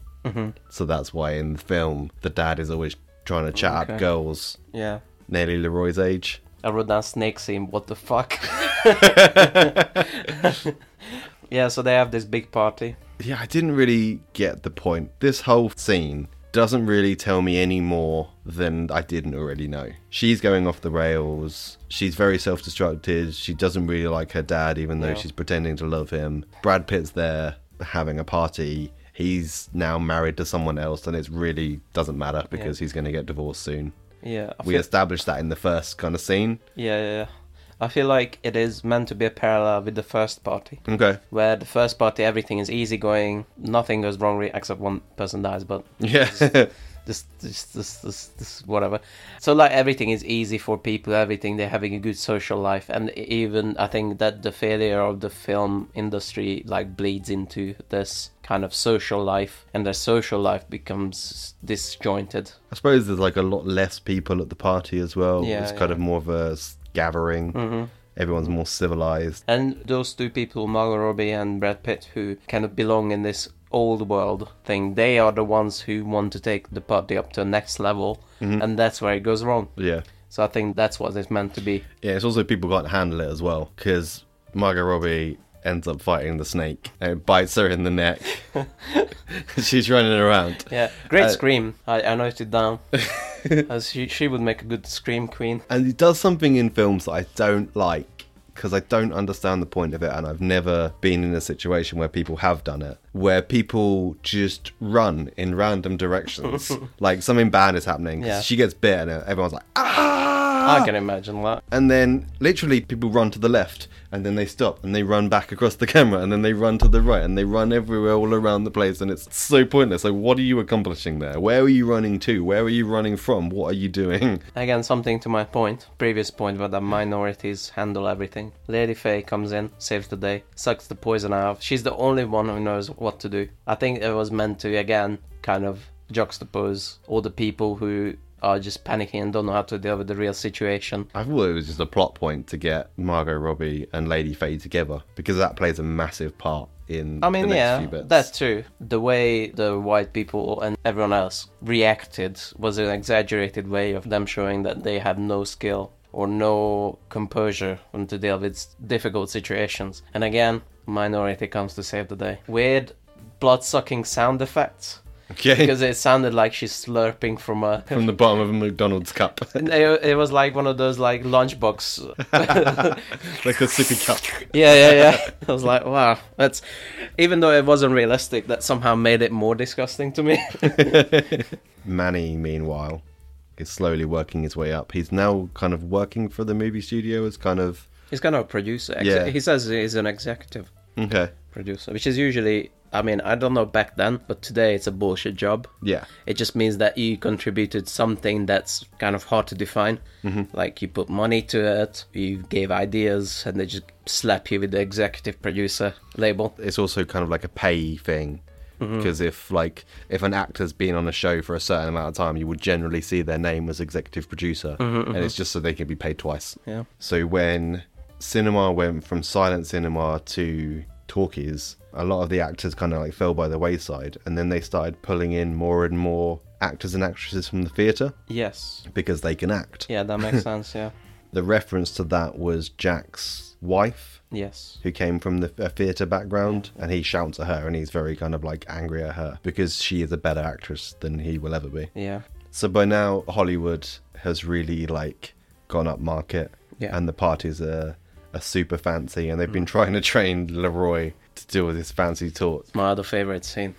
B: So that's why in the film, the dad is always trying to chat
A: Okay.
B: up girls
A: Yeah.
B: nearly Leroy's age.
A: I wrote down snake scene. What the
B: *laughs*
A: fuck? *laughs* yeah. So they have this big party.
B: Yeah, I didn't really get the point. This whole scene doesn't really tell me any more than I didn't already know. She's going off the rails. She's very self destructed. She doesn't really like her dad, even though
A: Yeah.
B: she's pretending to love him. Brad Pitt's there having a party. He's now married to someone else, and it really doesn't matter because he's going to get divorced soon.
A: Yeah. I
B: We established that in the first kind of scene.
A: Yeah, yeah, yeah. I feel like it is meant to be a parallel with the first party,
B: Okay. *laughs*
A: where the first party everything is easygoing, nothing goes wrong really, except one person dies, but
B: Yeah.
A: just, just, just, just, just whatever. So like everything is easy for people, everything they're having a good social life, and e-, even I think that the failure of the film industry like bleeds into this kind of social life, and their social life becomes disjointed.
B: I suppose there's like a lot less people at the party as well.
A: Yeah,
B: it's kind
A: yeah. Mm-hmm.
B: of more of a s- gathering. Everyone's more civilized.
A: And those two people, Margot Robbie and Brad Pitt, who kind of belong in this old world thing, they are the ones who want to take the party up to the next level,
B: Mm-hmm.
A: and that's where it goes wrong.
B: Yeah.
A: So I think that's what it's meant to be.
B: Yeah, it's also people can't handle it as well because Margot Robbie ends up fighting the snake and it bites her in the
A: *laughs*
B: neck. *laughs* She's running around.
A: Yeah, great
B: Uh,
A: scream. I, I noted it
B: *laughs*
A: down. As she, she would make a good scream queen.
B: And he does something in films that I don't like because I don't understand the point of it, and I've never been in a situation where people have done it, where people just run in random directions. like something bad is happening. 'cause
A: Yeah.
B: She gets bit, and everyone's like, ah!
A: I can imagine that.
B: and then literally people run to the left and then they stop and they run back across the camera and then they run to the right and they run everywhere all around the place and it's so pointless like what are you accomplishing there where are you running to where are you running from what are you doing
A: Again, something to my point, previous point, where the minorities handle everything. Lady Faye comes in, saves the day, sucks the poison out. of- She's the only one who knows what to do. I think it was meant to, again, kind of juxtapose all the people who are just panicking and don't know how to deal with the real situation.
B: I thought it was just a plot point to get Margot Robbie and Lady Faye together because that plays a massive part in
A: I mean,
B: the next
A: yeah,
B: few bits. *laughs*
A: that's true. The way the white people and everyone else reacted was an exaggerated way of them showing that they have no skill or no composure when to deal with difficult situations. And again, minority comes to save the day. Weird blood sucking sound effects.
B: okay. *laughs*
A: Because it sounded like she's slurping from a. *laughs*
B: from the bottom of a McDonald's cup, *laughs*
A: It it was like one of those like lunchbox
B: like a sippy cup.
A: Yeah, yeah, yeah. I was like, wow, that's even though it wasn't realistic, that somehow made it more disgusting to me. *laughs*
B: Manny, meanwhile, is slowly working his way up. He's now kind of working for the movie studio as kind of
A: he's kind of a producer. Ex-
B: Yeah.
A: He says he's an executive
B: okay,
A: producer, which is usually, I mean, I don't know back then, but today it's a bullshit job.
B: yeah.
A: It just means that you contributed something that's kind of hard to define.
B: Mm-hmm.
A: Like you put money to it, you gave ideas, and they just slap you with the executive producer label.
B: it's also kind of like a pay thing
A: Mm-hmm.
B: because if like if an actor's been on a show for a certain amount of time you would generally see their name as executive producer and it's just so they can be paid twice
A: Mm-hmm, Yeah.
B: so when cinema went from silent cinema to talkies a lot of the actors kind of like fell by the wayside and then they started pulling in more and more actors and actresses from the theater
A: Yes.
B: because they can act
A: Yeah, that
B: *laughs*
A: makes sense. Yeah.
B: the reference to that was jack's wife
A: Yes.
B: who came from the a theatre background, and he shouts at her, and he's very kind of like angry at her because she is a better actress than he will ever be.
A: Yeah.
B: So by now, Hollywood has really like gone up market,
A: Yeah. Mm.
B: and the parties are, are super fancy, and they've been trying to train Leroy to deal with his fancy talk.
A: my other favorite
B: *laughs*
A: scene.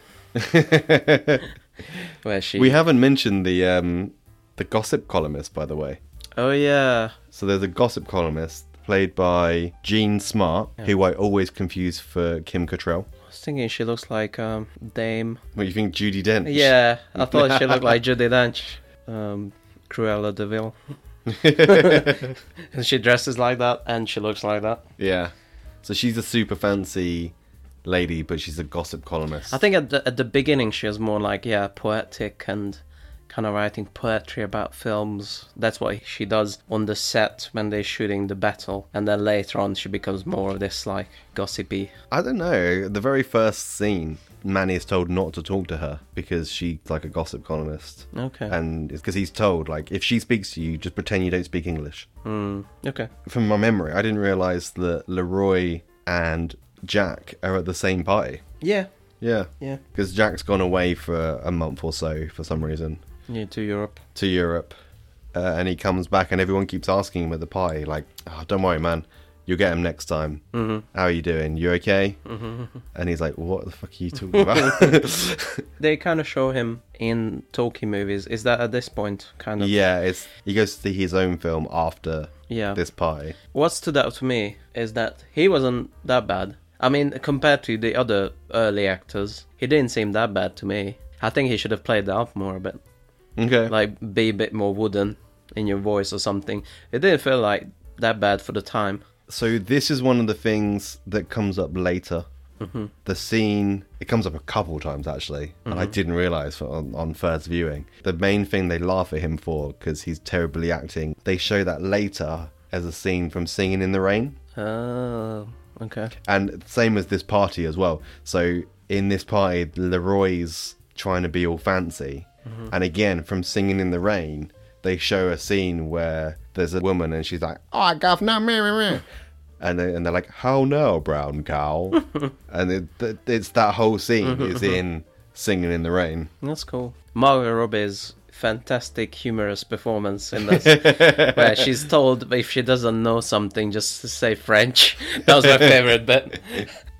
A: Where she?
B: We haven't mentioned the um, the gossip columnist, by the way.
A: oh yeah,
B: So there's a gossip columnist played by Jean Smart, who I always confuse for Kim Cattrall.
A: I was thinking she looks like um Dame.
B: What do you think, Judy Dench?
A: Yeah, I thought she looked *laughs* like Judy Dench, um, Cruella Deville. and she dresses like that, and she looks like that.
B: Yeah. So she's a super fancy lady, but she's a gossip columnist.
A: I think at the, at the beginning she was more like yeah, poetic and kind of writing poetry about films. That's what she does on the set when they're shooting the battle, and then later on she becomes more of this like gossipy
B: I don't know. The very first scene, Manny is told not to talk to her because she's like a gossip columnist.
A: Okay.
B: And it's because he's told, like, if she speaks to you, just pretend you don't speak English.
A: Okay.
B: From my memory, I didn't realize that Leroy and Jack are at the same party.
A: Yeah.
B: Yeah.
A: Yeah.
B: Because Jack's gone away for a month or so for some reason.
A: Yeah, to Europe.
B: to Europe, uh, and he comes back, and everyone keeps asking him at the party, like, oh, "Don't worry, man, you'll get him next time. Mm-hmm. How are you doing? You okay?" Mm-hmm. And he's like, "What the fuck are you talking about?" *laughs*
A: They kind of show him in talkie movies. Is that at this point kind of?
B: yeah, it's he goes to see his own film after
A: Yeah.
B: this party.
A: What stood out to me is that he wasn't that bad. I mean, compared to the other early actors, he didn't seem that bad to me. I think he should have played that up more a bit,
B: Okay,
A: like be a bit more wooden in your voice or something. It didn't feel like that bad for the time.
B: so this is one of the things that comes up later. The scene it comes up a couple times actually, and I didn't realize for, on, on first viewing. The main thing they laugh at him for because he's terribly acting. They show that later as a scene from Singing in the Rain,
A: Oh, okay.
B: and same as this party as well. So in this party, Leroy's trying to be all fancy,
A: Mm-hmm.
B: and again from Singing in the Rain, they show a scene where there's a woman and she's like, "Oh, I got no me
A: *laughs*
B: me me." And, they, and they're like, how now, brown cow? and it, th- it's that whole
A: *laughs*
B: scene is in Singing in the Rain. *laughs*
A: That's cool. Margot Robbie's fantastic humorous performance in this, *laughs* where she's told if she doesn't know something, just to say French. *laughs* That was my *laughs* favorite bit.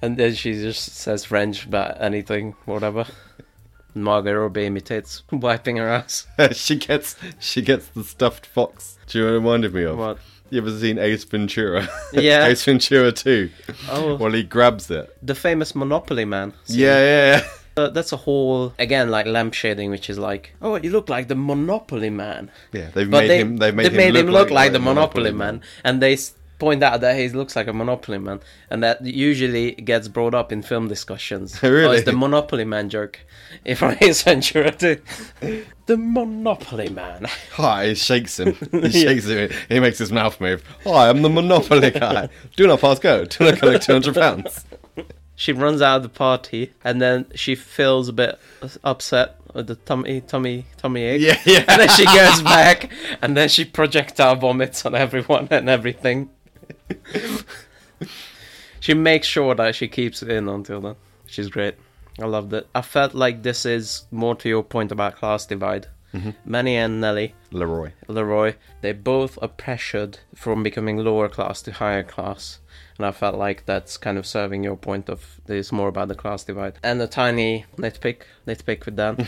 A: And then she just says French about anything, whatever. Margot Robbie imitates wiping her ass.
B: she gets she gets the stuffed fox. Do you know what it reminded me of?
A: What?
B: You ever seen Ace Ventura? *laughs*
A: Yeah.
B: Ace Ventura 2.
A: Oh.
B: Well, he grabs it.
A: The famous Monopoly man.
B: Yeah, yeah, yeah.
A: Uh, that's a whole again like lampshading, which is like, oh, you look like the Monopoly Man.
B: Yeah, they've
A: But
B: made
A: they,
B: him. They've made,
A: they made him look, like, the
B: a
A: Monopoly, man. and they s- point out that he looks like a Monopoly Man, and that usually gets brought up in film discussions.
B: *laughs* Really?
A: oh, it's the Monopoly Man joke in *laughs* from Ace Ventura
B: *laughs*
A: too. the Monopoly Man.
B: *laughs*
A: *laughs*
B: Hi, he shakes him. He shakes him. He makes his mouth move. Hi, I'm the
A: *laughs*
B: Monopoly guy. Do not pass go. Do not collect two hundred pounds.
A: She runs out of the party, and then she feels a bit upset with the tummy, tummy, tummy ache.
B: Yeah, yeah.
A: And then she goes back, and then she projectile vomits on everyone and everything. *laughs* she makes sure that she keeps it in until then. She's great. I loved it. I felt like this is more to your point about class divide.
B: Mm-hmm.
A: Manny and Nelly,
B: Leroy.
A: *laughs* Leroy, they both are pressured from becoming lower class to higher class. And I felt like that's kind of serving your point of it's more about the class divide. And a tiny nitpick, nitpick with Dan.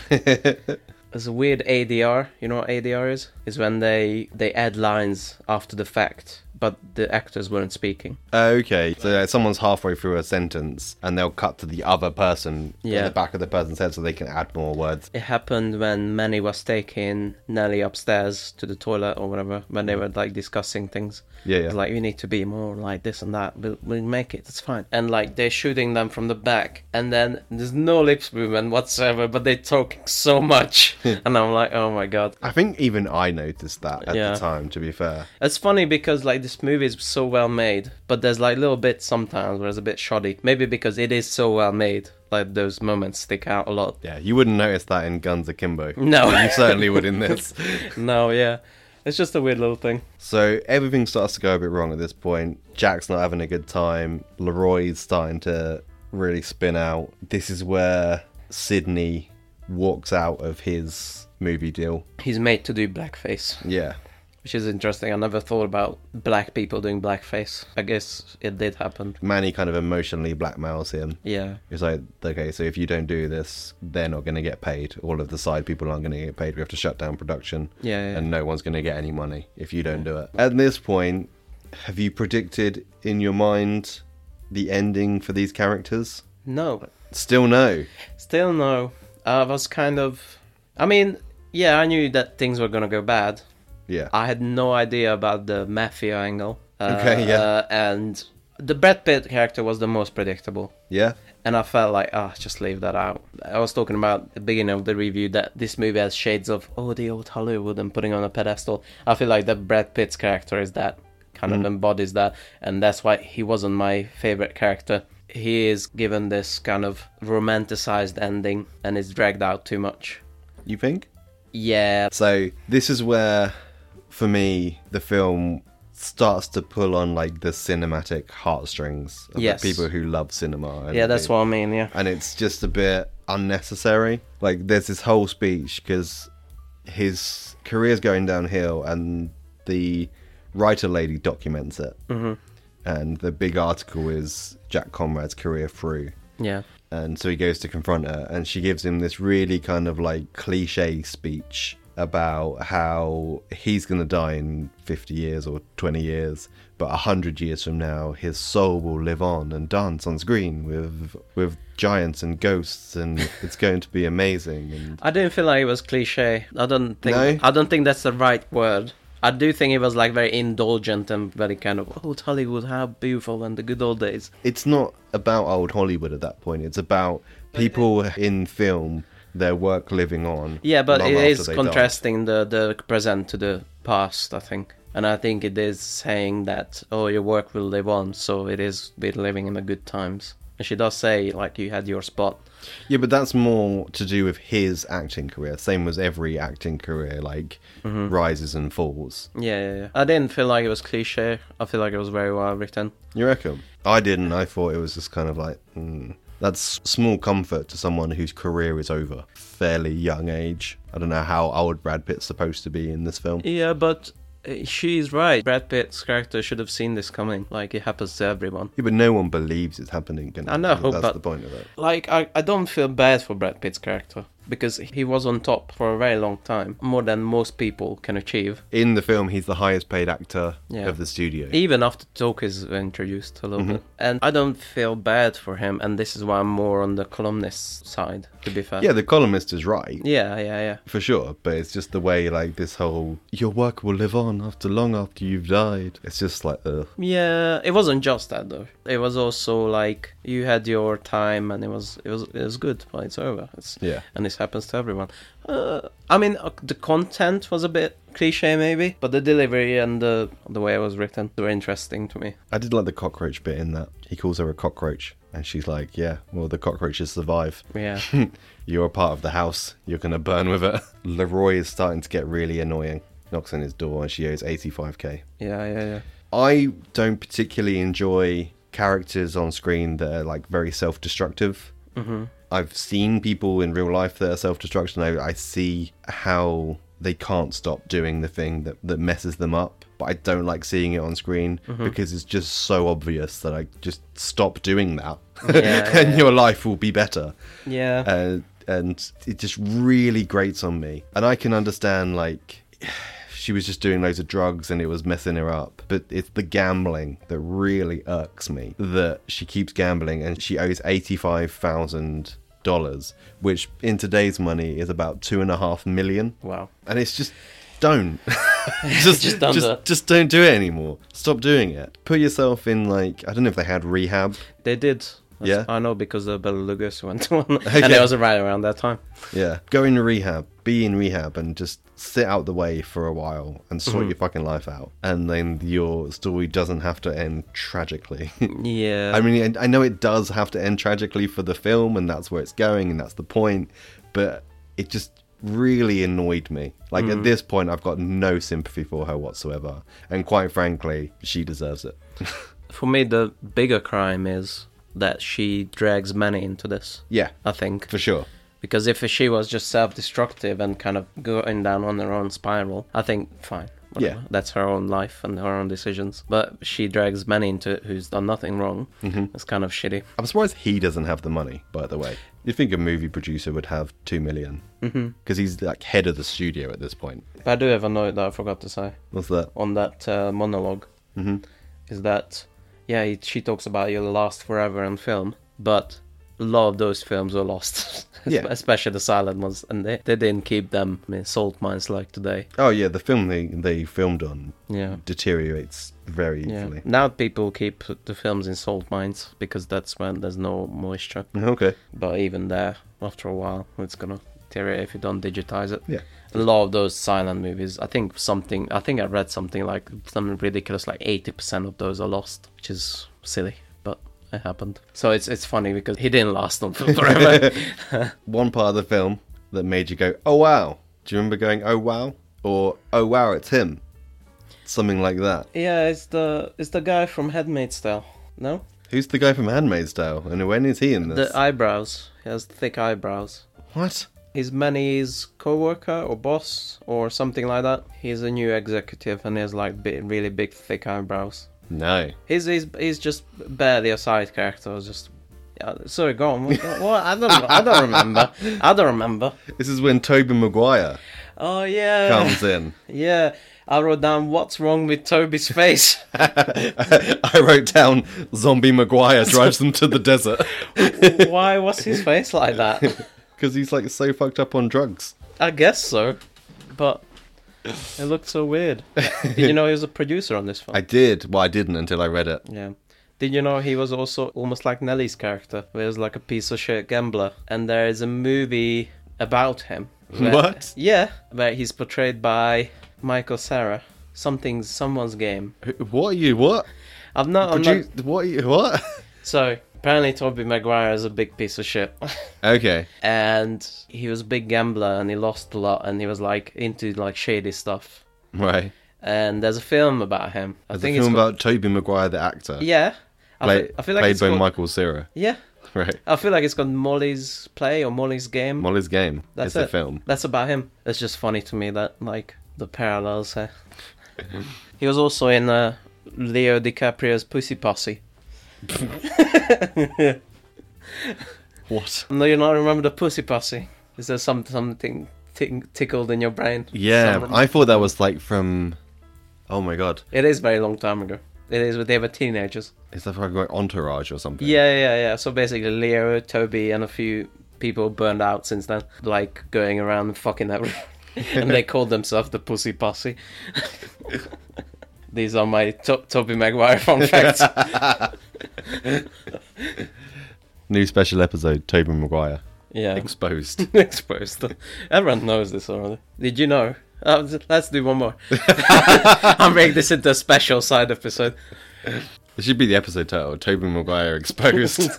A: There's a weird ADR. You know what ADR is? Is when they they add lines after the fact, but the actors weren't speaking.
B: Okay, so uh, someone's halfway through a sentence and they'll cut to the other person in
A: Yeah.
B: the back of the person's head so they can add more words.
A: It happened when Manny was taking Nelly upstairs to the toilet or whatever, when they were like discussing things.
B: Mm. Yeah, yeah.
A: It's Like, you need to be more like this and that. We'll, we'll make it, it's fine. And like, they're shooting them from the back, and then there's no lips movement whatsoever, but they're talking so
B: *laughs*
A: much. and I'm like, oh my god.
B: I think even I noticed that at
A: Yeah.
B: the time. To be fair,
A: It's funny because like this movie is so well made, but there's like little bits sometimes where it's a bit shoddy. Maybe because it is so well made, like those moments stick out a lot. *laughs*
B: yeah, you wouldn't notice that in Guns Akimbo.
A: No.
B: *laughs* you certainly would
A: *laughs*
B: in this.
A: No, yeah. It's just a weird little thing.
B: So everything starts to go a bit wrong at this point. Jack's not having a good time. Leroy's starting to really spin out. This is where Sydney walks out of his movie deal.
A: He's made to do blackface.
B: Yeah.
A: Which is interesting. I never thought about black people doing blackface. I guess it did happen.
B: Manny kind of emotionally blackmails him.
A: Yeah.
B: He's like, okay, so if you don't do this, they're not going to get paid. All of the side people aren't going to get paid. We have to shut down production.
A: Yeah, yeah.
B: And no one's going to get any money if you don't do it. At this point, have you predicted in your mind the ending for these characters?
A: No.
B: Still no.
A: Still no. I was kind of. I mean, yeah, I knew that things were gonna go bad.
B: Yeah.
A: I had no idea about the mafia angle. Uh,
B: Okay, yeah.
A: uh, and the Brad Pitt character was the most predictable.
B: yeah.
A: And I felt like, ah, just leave that out. I was talking about at the beginning of the review that this movie has shades of, oh, the old Hollywood and putting on a pedestal. I feel like that Brad Pitt's character is that, kind of embodies that. And that's why he wasn't my favorite character. He is given this kind of romanticized ending and is dragged out too much.
B: You think?
A: Yeah.
B: So this is where, for me, the film starts to pull on like the cinematic heartstrings of
A: Yes.
B: the people who love cinema. and
A: Yeah, that's
B: the-
A: what I mean, yeah.
B: And it's just a bit unnecessary. Like there's this whole speech because his career's going downhill, and the writer lady documents it. Mm-hmm. And the big article is Jack Conrad's career through.
A: Yeah.
B: And so he goes to confront her, and she gives him this really kind of like cliche speech about how he's going to die in 50 years or 20 years, but 100 years from now, his soul will live on and dance on screen with with giants and ghosts, and *laughs* it's going to be amazing. And
A: I didn't feel like it was cliche. I don't think
B: No?
A: I don't think that's the right word. I do think it was like very indulgent and very kind of old Hollywood, how beautiful and the good old days.
B: it's not about old Hollywood at that point, it's about people in film, their work living on.
A: Yeah, but
B: long
A: it
B: after
A: is
B: they die.
A: contrasting the the present to the past, I think. And I think it is saying that oh your work will live on, so it is we're living in the good times. And she does say like you had your spot.
B: Yeah, but that's more to do with his acting career. Same as every acting career, like
A: Mm-hmm.
B: rises and falls.
A: Yeah, yeah, yeah. I didn't feel like it was cliche. I feel like it was very well written.
B: You reckon? I didn't. I thought it was just kind of like mm. that's small comfort to someone whose career is over fairly young age. I don't know how old Brad Pitt's supposed to be in this film.
A: Yeah, but uh, she's right. Brad Pitt's character should have seen this coming. Like it happens to everyone.
B: Yeah, but no one believes it's happening. can
A: I know,
B: they? that's
A: but-
B: the point of it.
A: Like I, I don't feel bad for Brad Pitt's character. because he was on top for a very long time, more than most people can achieve.
B: In the film, he's the highest paid actor
A: Yeah.
B: of the studio.
A: Even after Talk is introduced a little bit. And I don't feel bad for him, and this is why I'm more on the columnist side, to be fair.
B: yeah, the columnist is right.
A: Yeah, yeah, yeah.
B: For sure, but it's just the way, like, this whole your work will live on after long after you've died. It's just like, ugh.
A: Yeah, it wasn't just that though. It was also like you had your time, and it was it was it was good, but it's over. It's,
B: Yeah.
A: and this happens to everyone. Uh, I mean, uh, the content was a bit cliche maybe, but the delivery and the the way it was written were interesting
B: *laughs*
A: to me.
B: I did like the cockroach bit in that. He calls her a cockroach, and she's like, yeah, well, the cockroaches survive.
A: Yeah,
B: *laughs* You're a part of the house. You're going to burn with it. *laughs* Leroy is starting to get really annoying. Knocks on his door, and she owes 85k.
A: yeah, yeah, yeah.
B: I don't particularly enjoy characters on screen that are like very self destructive. Mm-hmm. I've seen people in real life that are self destructive, and I, I see how they can't stop doing the thing that, that messes them up. But I don't like seeing it on screen
A: Mm-hmm.
B: because it's just so obvious that I just stop doing that
A: yeah,
B: *laughs* and
A: yeah.
B: your life will be better
A: Yeah.
B: uh, and it just really grates on me. And I can understand like *sighs* she was just doing loads of drugs and it was messing her up, but it's the gambling that really irks me. That she keeps gambling and she owes eighty five thousand dollars, which in today's money is about two and a half million.
A: Wow.
B: And it's just don't *laughs*
A: Just
B: just just,
A: don't do
B: just,
A: it.
B: don't do it anymore. Stop doing it. Put yourself in like I don't know if they had rehab.
A: They did.
B: Yeah.
A: I know because the Bela Lugosi went *laughs* on, and
B: Okay.
A: it was right around that time.
B: Yeah. Go into rehab, be in rehab, and just sit out the way for a while and sort your fucking life out. And then your story doesn't have to end tragically. *laughs*
A: Yeah.
B: I mean, I I know it does have to end tragically for the film, and that's where it's going, and that's the point, but it just really annoyed me. Like, at this point, I've got no sympathy for her whatsoever. And quite frankly, she deserves it. *laughs*
A: for me, the bigger crime is that she drags Manny into this.
B: Yeah.
A: I think.
B: For sure.
A: Because if she was just self-destructive and kind of going down on her own spiral, I think fine. whatever.
B: Yeah.
A: that's her own life and her own decisions. But she drags Manny into it, who's done nothing wrong. Mm-hmm. It's kind of shitty.
B: I'm surprised he doesn't have the money, by the way. You'd think a movie producer would have two million.
A: Mm-hmm.
B: Because he's like head of the studio at this point.
A: But I do have a note that I forgot to say
B: What's that?
A: on that uh, monolog Is that yeah? He, she talks about you'll last forever in film, but a lot of those films were lost. *laughs*
B: Yeah.
A: especially the silent ones, and they, they didn't keep them in salt mines like today.
B: Oh, yeah, the film they, they filmed on
A: Yeah.
B: deteriorates very
A: Yeah.
B: easily.
A: Now people keep the films in salt mines because that's when there's no moisture.
B: Okay.
A: But even there, after a while, it's gonna deteriorate if you don't digitize it.
B: Yeah.
A: A lot of those silent movies, I think something, I think I read something like something ridiculous, like 80% of those are lost, which is silly, but it happened. So it's it's funny because he didn't last on film *laughs* forever.
B: One part of the film that made you go, oh, wow. Do you remember going, oh, wow? Or, oh, wow, it's him? Something like that.
A: yeah, it's the it's the guy from Headmaid's Tale. No,
B: Who's the guy from Handmaid's Tale? And when is he in this?
A: the uh, eyebrows. He has thick eyebrows.
B: what?
A: He's Manny's co-worker or boss or something like that. He's a new executive and he has like bi- really big thick eyebrows.
B: No.
A: He's he's, he's just barely a side character. I was just yeah, sorry, go on. What, what? I don't I don't remember. I don't remember.
B: This is when Toby Maguire
A: Oh yeah, *laughs*
B: comes in.
A: yeah. I wrote down what's wrong with Toby's face. *laughs*
B: *laughs* I wrote down zombie
A: *laughs*
B: Maguire drives them to the desert *laughs*
A: Why was his face like that?
B: because he's like so fucked up on drugs.
A: I guess so, but it looked so weird. Did you know he was a producer on this film?
B: I did. Well, I didn't until I read it.
A: Yeah. Did you know he was also almost like Nelly's character, where he's like a piece of shit gambler, and there is a movie about him. where-
B: What?
A: Yeah, where he's portrayed by Michael Sarah. Something's someone's game.
B: Wh- What are you? What?
A: I'm not. I'm
B: Produ-
A: not
B: What? Are you, what?
A: so apparently, Toby Maguire is a big piece of
B: *laughs*
A: shit.
B: *laughs* okay.
A: and he was a big gambler and he lost a lot and he was like into like shady stuff
B: Right.
A: and there's a film about him i
B: There's a
A: think
B: film
A: it's called-
B: about Toby Maguire, the actor.
A: yeah I,
B: Play,
A: fe- I feel like
B: played
A: it's
B: by
A: called-
B: Michael Cera. *laughs*
A: yeah
B: Right.
A: I feel like it's called Molly's Play or Molly's Game.
B: Molly's Game.
A: That's
B: is
A: it.
B: the film.
A: That's about him. It's just funny to me that like the parallels
B: *laughs*
A: here. he was also in uh, Leo DiCaprio's Pussy Posse.
B: What?
A: No, you not remember the Pussy Posse. Is there some something tick- tickled in your brain?
B: Yeah,
A: Some-
B: I thought that was like from. Oh my god,
A: It is very long time ago. It is when they were teenagers.
B: is that from like Entourage or something?
A: Yeah, yeah, yeah. So basically, Leo, Toby, and a few people burned out since then, like going around and fucking everyone. *laughs* and they called themselves the Pussy Posse. *laughs* These are my to- Toby Maguire fun facts.
B: *laughs* New special episode: Toby Maguire
A: yeah,
B: exposed.
A: *laughs* exposed. Everyone knows this already. Did you know? Uh, let's do one more. *laughs* I'll make this into a special side episode.
B: it should be the episode title: Toby Maguire exposed.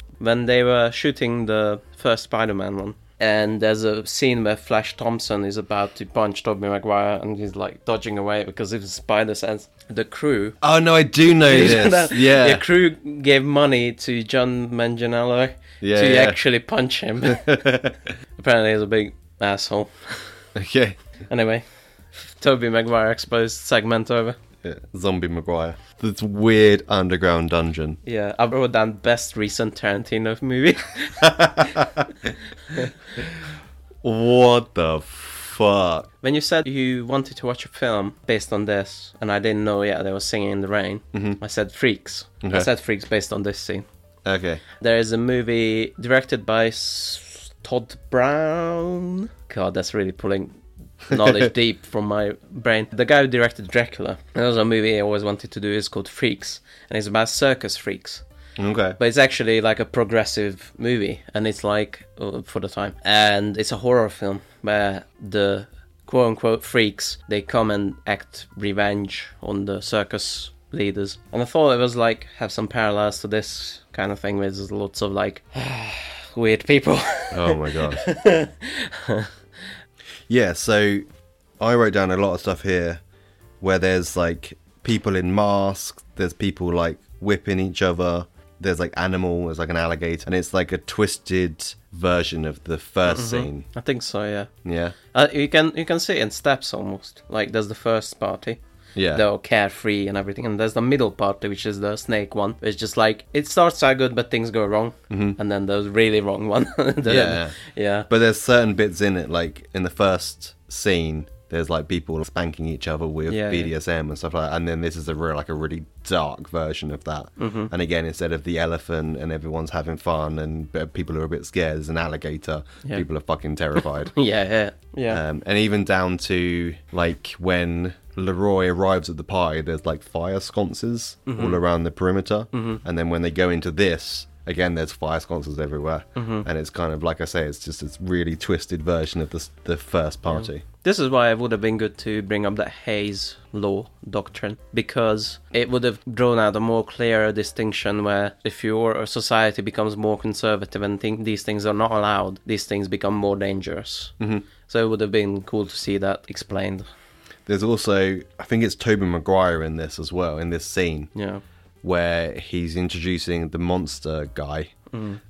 A: *laughs* when they were shooting the first Spider-Man one, and there's a scene where Flash Thompson is about to punch Tobey Maguire, and he's like dodging away because of his spider sense. The crew,
B: *laughs*
A: *laughs*
B: oh no, I do know this. yeah,
A: the crew gave money to John Manganiello
B: Yeah,
A: to
B: yeah.
A: actually punch
B: *laughs*
A: him. Apparently, he's a big asshole.
B: okay.
A: Anyway, Tobey Maguire exposed segment over.
B: Yeah, Zombie Maguire. This weird underground dungeon.
A: Yeah, I wrote down best recent Tarantino movie.
B: What the fuck?
A: When you said you wanted to watch a film based on this, and I didn't know yet they were singing in the rain, I said Freaks. I
B: Okay.
A: said Freaks based on this scene.
B: Okay.
A: There is a movie directed by S- Todd Brown. God, that's really pulling knowledge deep from my brain. The guy who directed Dracula. There was a movie I always wanted to do. It's called Freaks, and it's about circus freaks
B: Okay.
A: but it's actually like a progressive movie and it's like uh, for the time and it's a horror film where the quote unquote freaks they come and act revenge on the circus leaders and i thought it was like have some parallels to this kind of thing where there's lots of like *sighs* weird people *laughs*
B: Oh my god. *laughs* yeah, so I wrote down a lot of stuff here where there's like people in masks, there's people like whipping each other, there's like animal, there's like an alligator, and it's like a twisted version of the 1st scene.
A: i think so yeah
B: Yeah.
A: uh, you can you can see it in steps almost like there's the first party
B: Yeah.
A: they're all carefree and everything. And there's the middle part, which is the snake one. It's just like it starts out good, but things go wrong, mm-hmm. and then the really wrong one. *laughs* The-
B: Yeah.
A: yeah,
B: But there's certain bits in it, like in the first scene, there's like people spanking each other with
A: Yeah, yeah.
B: BDSM and stuff like that. And then this is a real, like a really dark version of that.
A: Mm-hmm.
B: And again, instead of the elephant and everyone's having fun and but people are a bit scared, there's an alligator.
A: Yeah.
B: People are fucking
A: *laughs*
B: terrified.
A: yeah, yeah, yeah.
B: Um, and even down to like when Leroy arrives at the pie, there's like fire sconces all around the perimeter. And then when they go into this, again, there's fire sconces everywhere. And it's kind of like I say, it's just this really twisted version of the, s- the first party.
A: This is why it would have been good to bring up that Hayes law doctrine because it would have drawn out a more clearer distinction where if your society becomes more conservative and think these things are not allowed, these things become more dangerous. Mm-hmm. So it would have been cool to see that explained.
B: There's also, I think it's Toby Maguire in this as well, in this scene.
A: Yeah.
B: where he's introducing the monster guy,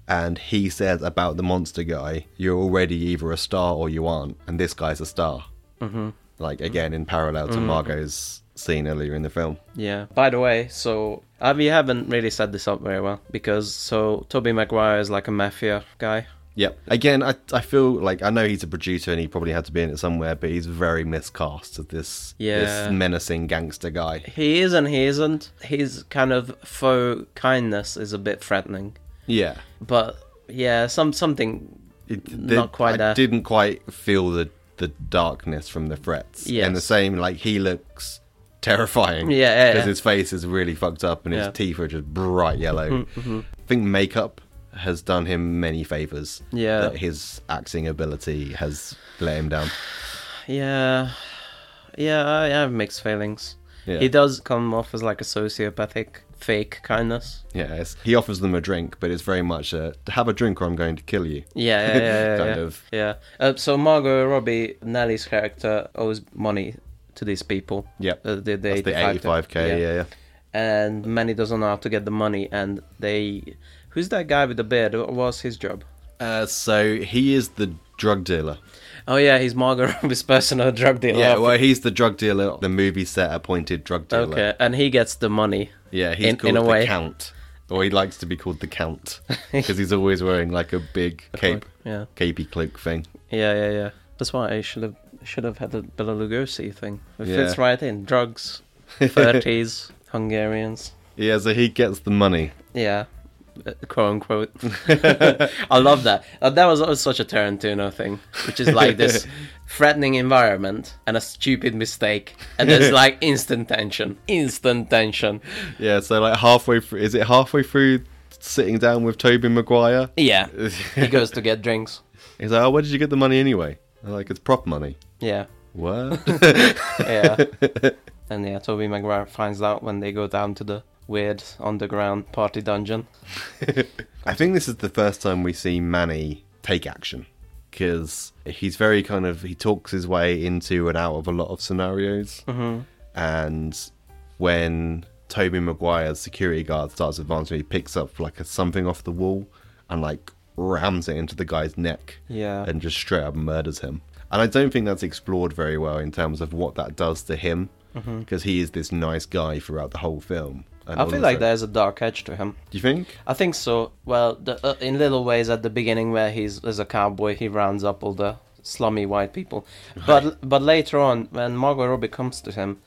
B: and he says about the monster guy, "You're already either a star or you aren't," and this guy's a star. Mm-hmm. Like again, in parallel to Margot's scene earlier in the film.
A: Yeah. By the way, so uh, we haven't really set this up very well because so Toby Maguire is like a mafia guy.
B: Yep. Again, I I feel like I know he's a producer and he probably had to be in it somewhere, but he's very miscast as this
A: Yeah.
B: this menacing gangster guy.
A: He is and he isn't. His kind of faux kindness is a bit threatening,
B: Yeah.
A: but yeah, some something.
B: It,
A: Not quite
B: I
A: there.
B: didn't quite feel the the darkness from the threats.
A: Yes.
B: And the same, like he looks terrifying.
A: Yeah, yeah,
B: Because
A: yeah.
B: his face is really fucked up and
A: Yeah. Mm-hmm,
B: his teeth are just bright yellow. I think makeup has done him many favors.
A: Yeah.
B: That his acting ability has let him down.
A: Yeah, yeah, I have mixed feelings.
B: Yeah.
A: He does come off as like a sociopathic fake kindness.
B: Yes. He offers them a drink, but it's very much a have a drink or I'm going to kill you.
A: Yeah, yeah, yeah, yeah,
B: *laughs* Kind
A: yeah.
B: of.
A: Yeah. Uh, so Margot Robbie, Nelly's character, owes money to these people.
B: Yep.
A: Uh, the, the
B: That's the 85k. Yeah, yeah.
A: And Manny doesn't know how to get the money, and they. Who's that guy with the beard? What was his job?
B: Uh, so he is the drug dealer.
A: Oh yeah, he's Margot *laughs* Robbie's personal drug dealer.
B: Yeah, well, he's the drug dealer, the movie set appointed drug dealer.
A: okay, and he gets the money.
B: Yeah, he's
A: in,
B: called
A: in a
B: the
A: way.
B: Count. Or he likes to be called the
A: *laughs*
B: Count because he's always wearing like a big cape,
A: Yeah.
B: capey cloak thing.
A: Yeah, yeah, yeah. That's why I should have should have had the Bela Lugosi thing. It
B: Yeah.
A: fits right in. Drugs, thirties, Hungarians.
B: Yeah, so he gets the money.
A: Yeah, uh, quote unquote. *laughs* I love that. Uh, that was, was such a Tarantino thing, which is like this threatening environment and a stupid mistake, and there's like instant tension, instant tension.
B: Yeah, so like halfway through, is it halfway through sitting down with Toby Maguire?
A: Yeah, he goes to get drinks.
B: He's like, oh, where did you get the money anyway? I'm like, it's prop money.
A: Yeah, *laughs*
B: What?
A: yeah. and yeah, Toby Maguire finds out when they go down to the weird underground party dungeon.
B: I think this is the first time we see Manny take action because he's very kind of he talks his way into and out of a lot of scenarios. Mm-hmm. And when Toby Maguire's security guard starts advancing, he picks up like a, something off the wall and like rams it into the guy's neck.
A: Yeah.
B: and just straight up murders him. And I don't think that's explored very well in terms of what that does to him because he is this nice guy throughout the whole film. And
A: Mm-hmm. I feel like
B: also-
A: there's a dark edge to him.
B: Do you think?
A: I think so. Well, the, uh, in little ways at the beginning, where he's as a cowboy, he rounds up all the slummy white people. But but later on, when Margot Robbie comes to him,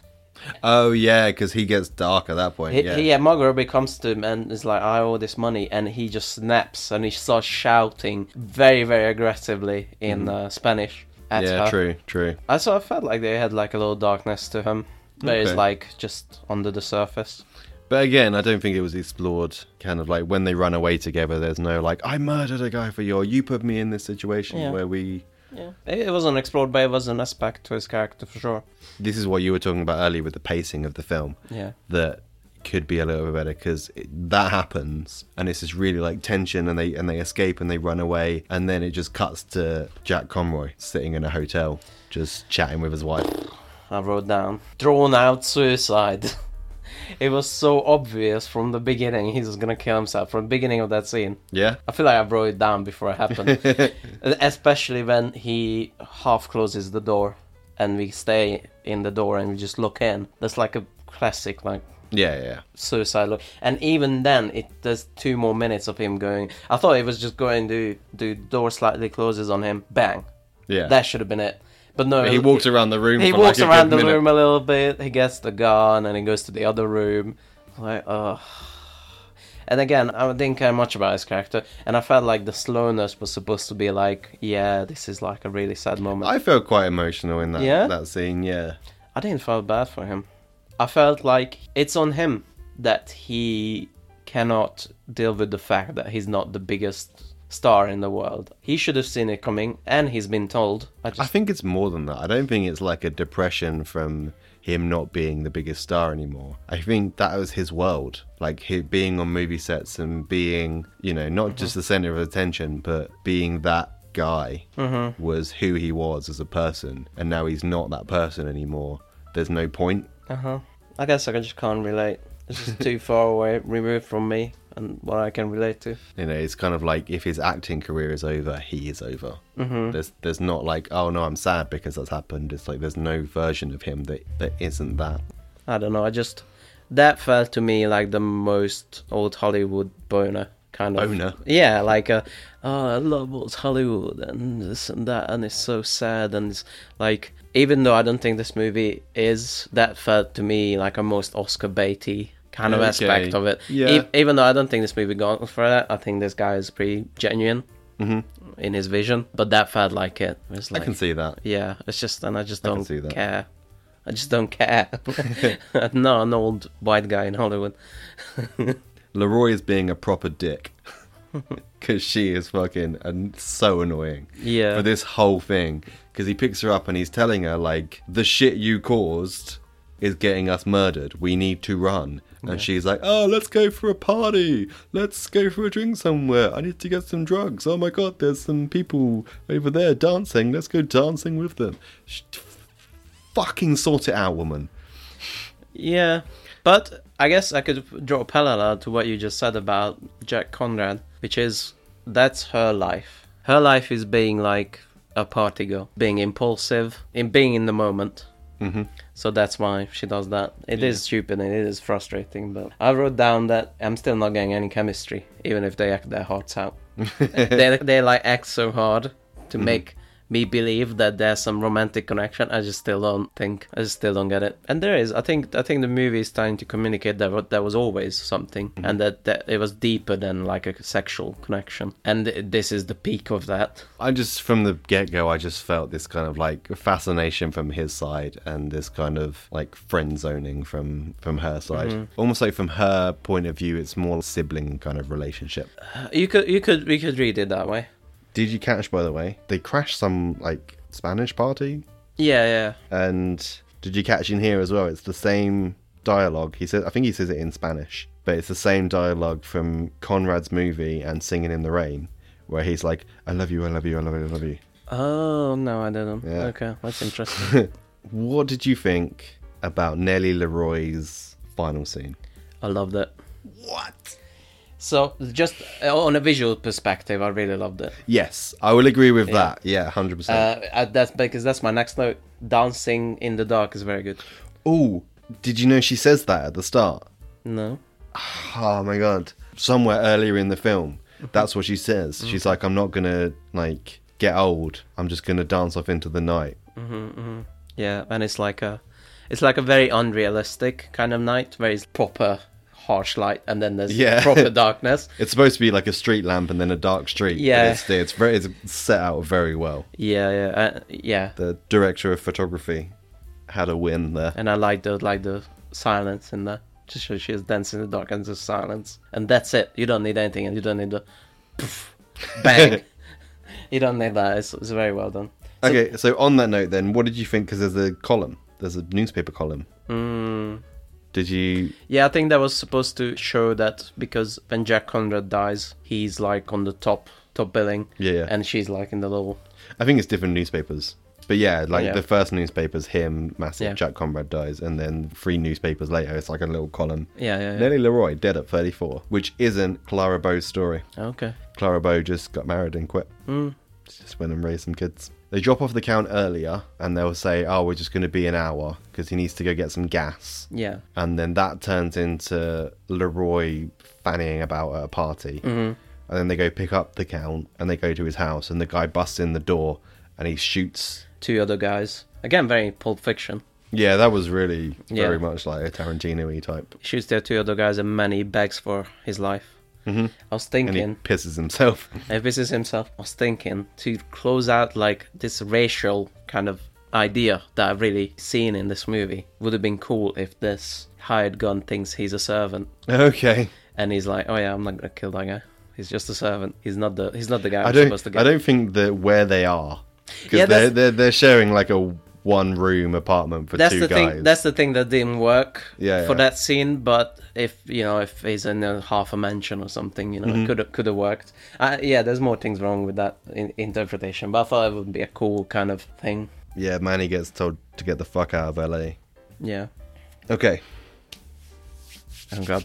B: Oh yeah, because he gets dark at that point.
A: he,
B: yeah.
A: yeah. He, yeah, Margot Robbie comes to him and is like, "I owe this money," and he just snaps and he starts shouting very very aggressively in uh, Spanish at
B: Mm-hmm. Yeah,
A: her.
B: true, true.
A: I sort of felt like they had like a little darkness to him, but it's
B: Okay.
A: like just under the surface.
B: But again, I don't think it was explored. Kind of like when they run away together, there's no like, I murdered a guy for you. Or you put me in this situation
A: Yeah.
B: where we.
A: Yeah, it, it wasn't explored, but it was an aspect to his character for sure.
B: This is what you were talking about earlier with the pacing of the film.
A: Yeah.
B: That could be a little bit better because that happens, and it's just really like tension, and they and they escape and they run away, and then it just cuts to Jack Conroy sitting in a hotel, just chatting with his wife.
A: I wrote down drawn out suicide. *laughs* it was so obvious from the beginning he was gonna kill himself from the beginning of that scene.
B: Yeah.
A: I feel like I wrote it down before it happened, E-, especially when he half closes the door and we stay in the door and we just look in. That's like a classic like
B: Yeah, yeah.
A: suicide look. And even then, it there's two more minutes of him going. I thought it was just going to do door slightly closes on him, bang.
B: Yeah.
A: That should have been it. But no,
B: He
A: it-
B: walks around the room.
A: Oh, he
B: for
A: walks
B: like a
A: around
B: good
A: the
B: minute.
A: room a little bit. He gets the gun and he goes to the other room. Like, oh. And again, I didn't care much about his character, and I felt like the slowness was supposed to be like, yeah, this is like a really sad moment. I,
B: I felt quite emotional in that
A: Yeah?
B: that scene. Yeah,
A: didn't feel bad for him. I felt like it's on him that he cannot deal with the fact that he's not the biggest star in the world. He should have seen it coming, and he's been told. I
B: I
A: just,
B: think it's more than that. I don't think it's like a depression from him not being the biggest star anymore. I think that was his world, like he, being on movie sets and being, you know, not just the center of attention, but being that guy
A: Mm-hmm.
B: was who he was as a person, and now he's not that person anymore. There's no point.
A: Uh huh. I guess I just can't relate. It's just too far away, removed from me, and what I can relate to.
B: You know, it's kind of like if his acting career is over, he is over. Mm-hmm. There's there's not like oh no, I'm sad because that's happened. It's like there's no version of him that that isn't that.
A: I don't know. I just that felt to me like the most old Hollywood boner kind of
B: Boner?
A: Yeah, like a oh, I love old Hollywood and this and that, and it's so sad and it's like even though I don't think this movie is, that felt to me like a most Oscar baity kind of
B: Okay.
A: aspect of it.
B: Yeah.
A: E- even though I don't think this movie gone for that, I think this guy is pretty genuine.
B: Mm-hmm.
A: In his vision, but that felt like it. It was
B: I
A: like-
B: can see that.
A: Yeah, it's just, and I just
B: I can
A: don't
B: see that.
A: care. I just don't
B: *laughs*
A: care. *laughs* I'm not an old white guy in Hollywood.
B: Leroy is being a proper dick *laughs* because she is fucking an- so annoying.
A: Yeah.
B: For this whole thing, because he picks her up and he's telling her like the shit you caused is getting us murdered. We need to run. And she's like, "Oh, let's go for a party. Let's go for a drink somewhere. I need to get some drugs. Oh my god, there's some people over there dancing. Let's go dancing with them." Sh- f- fucking sort it out, woman.
A: Yeah, but I guess I could draw a parallel to what you just said about Jack Conrad, which is that's her life. Her life is being like a party girl, being impulsive, in being in the moment. Mm-hmm. So that's why she does that. It is stupid and it is frustrating, but I wrote down that I'm still not getting any chemistry, even if they act their hearts out. they they like act so hard to make me believe that there's some romantic connection. I just still don't think. I just still don't get it. And there is. I think I think the movie is trying to communicate that what- there was always something, and that, that it was deeper than like a sexual connection. And this is the peak of that.
B: I just from the get go, I just felt this kind of like fascination from his side and this kind of like friend zoning from from her side. Almost like from her point of view, it's more sibling kind of relationship.
A: You could you could we could read it that way.
B: Did you catch by the way? They crashed some like Spanish party,
A: Yeah, yeah.
B: and did you catch in here as well? It's the same dialogue. He says, I think he says it in Spanish, but it's the same dialogue from Conrad's movie and Singing in the Rain, where he's like, "I love you, I love you, I love you, I love you."
A: Oh no, I didn't.
B: Yeah.
A: Okay, that's
B: *laughs*
A: interesting.
B: What did you think about Nellie Leroy's final scene?
A: I love that.
B: What?
A: So just uh, on a visual perspective, I really loved it.
B: Yes, I will agree with that. Yeah, hundred percent.
A: Uh, uh, that's because that's my next note. Dancing in the dark is very good.
B: Oh, did you know she says that at the start?
A: No.
B: Oh my god! Somewhere earlier in the film, that's what she says. She's like, "I'm not gonna like get old. I'm just gonna dance off into the night."
A: Yeah, and it's like a, it's like a very unrealistic kind of night where it's proper harsh light and then there's
B: Yeah. *laughs*
A: proper darkness.
B: It's supposed to be like a street lamp and then a dark street. but
A: Yeah.
B: it's, it's very it's set out very well.
A: Yeah, yeah, uh, yeah.
B: The director of photography had a win there.
A: And I like the like the silence in there. Just show she is dancing in the dark and just silence, and that's it. You don't need anything, and you don't need the,
B: *laughs*
A: poof, bang. you don't need that. It's, it's very well done.
B: Okay, so on that note, then, what did you think? Because there's a column, there's a newspaper column.
A: Hmm.
B: Did you?
A: Yeah, I think that was supposed to show that because when Jack Conrad dies, he's like on the top top billing.
B: Yeah, yeah.
A: And she's like in the low.
B: I think it's different newspapers, but yeah, like
A: Yeah.
B: the first newspaper's him, massive
A: Yeah.
B: Jack Conrad dies, and then three newspapers later, it's like a little column.
A: Yeah, yeah, yeah.
B: Nellie Leroy dead at 34, which isn't Clara Bow's story.
A: Okay.
B: Clara Bow just got married and quit.
A: Hmm.
B: She just went and raised some kids. They drop off the count earlier, and they'll say, "Oh, we're just going to be an hour because he needs to go get some gas."
A: Yeah.
B: and then that turns into Leroy fannying about at a party.
A: Mm-hmm.
B: And then they go pick up the count and they go to his house, and the guy busts in the door and he shoots.
A: Two other guys. Again, very Pulp Fiction.
B: Yeah, that was really
A: Yeah.
B: very much like a Tarantino y type.
A: Shoots the two other guys, and Manny begs for his life. Mm-hmm. I was
B: And he
A: thinking,
B: pisses himself. *laughs*
A: if this is himself, I was thinking to close out like this racial kind of idea that I've really seen in this movie would have been cool if this hired gun thinks he's a servant.
B: okay.
A: and he's like, "Oh yeah, I'm not gonna kill that guy. He's just a servant. He's not the he's not the guy
B: I
A: I'm supposed
B: don't,
A: to
B: I
A: get."
B: don't think that where they are. Because
A: Yeah,
B: they're,
A: that's-
B: they're, they're sharing like a one room apartment for
A: That's
B: two
A: the
B: guys.
A: thing. That's the thing that didn't work
B: Yeah,
A: for
B: yeah.
A: that scene. But if you know, if he's in a half a mansion or something, you know,
B: Mm-hmm.
A: it could could have worked. Uh, yeah, there's more things wrong with that in- interpretation. But I thought it would be a cool kind of thing.
B: Yeah, Manny gets told to get the fuck out of LA.
A: Yeah.
B: Okay.
A: Oh god,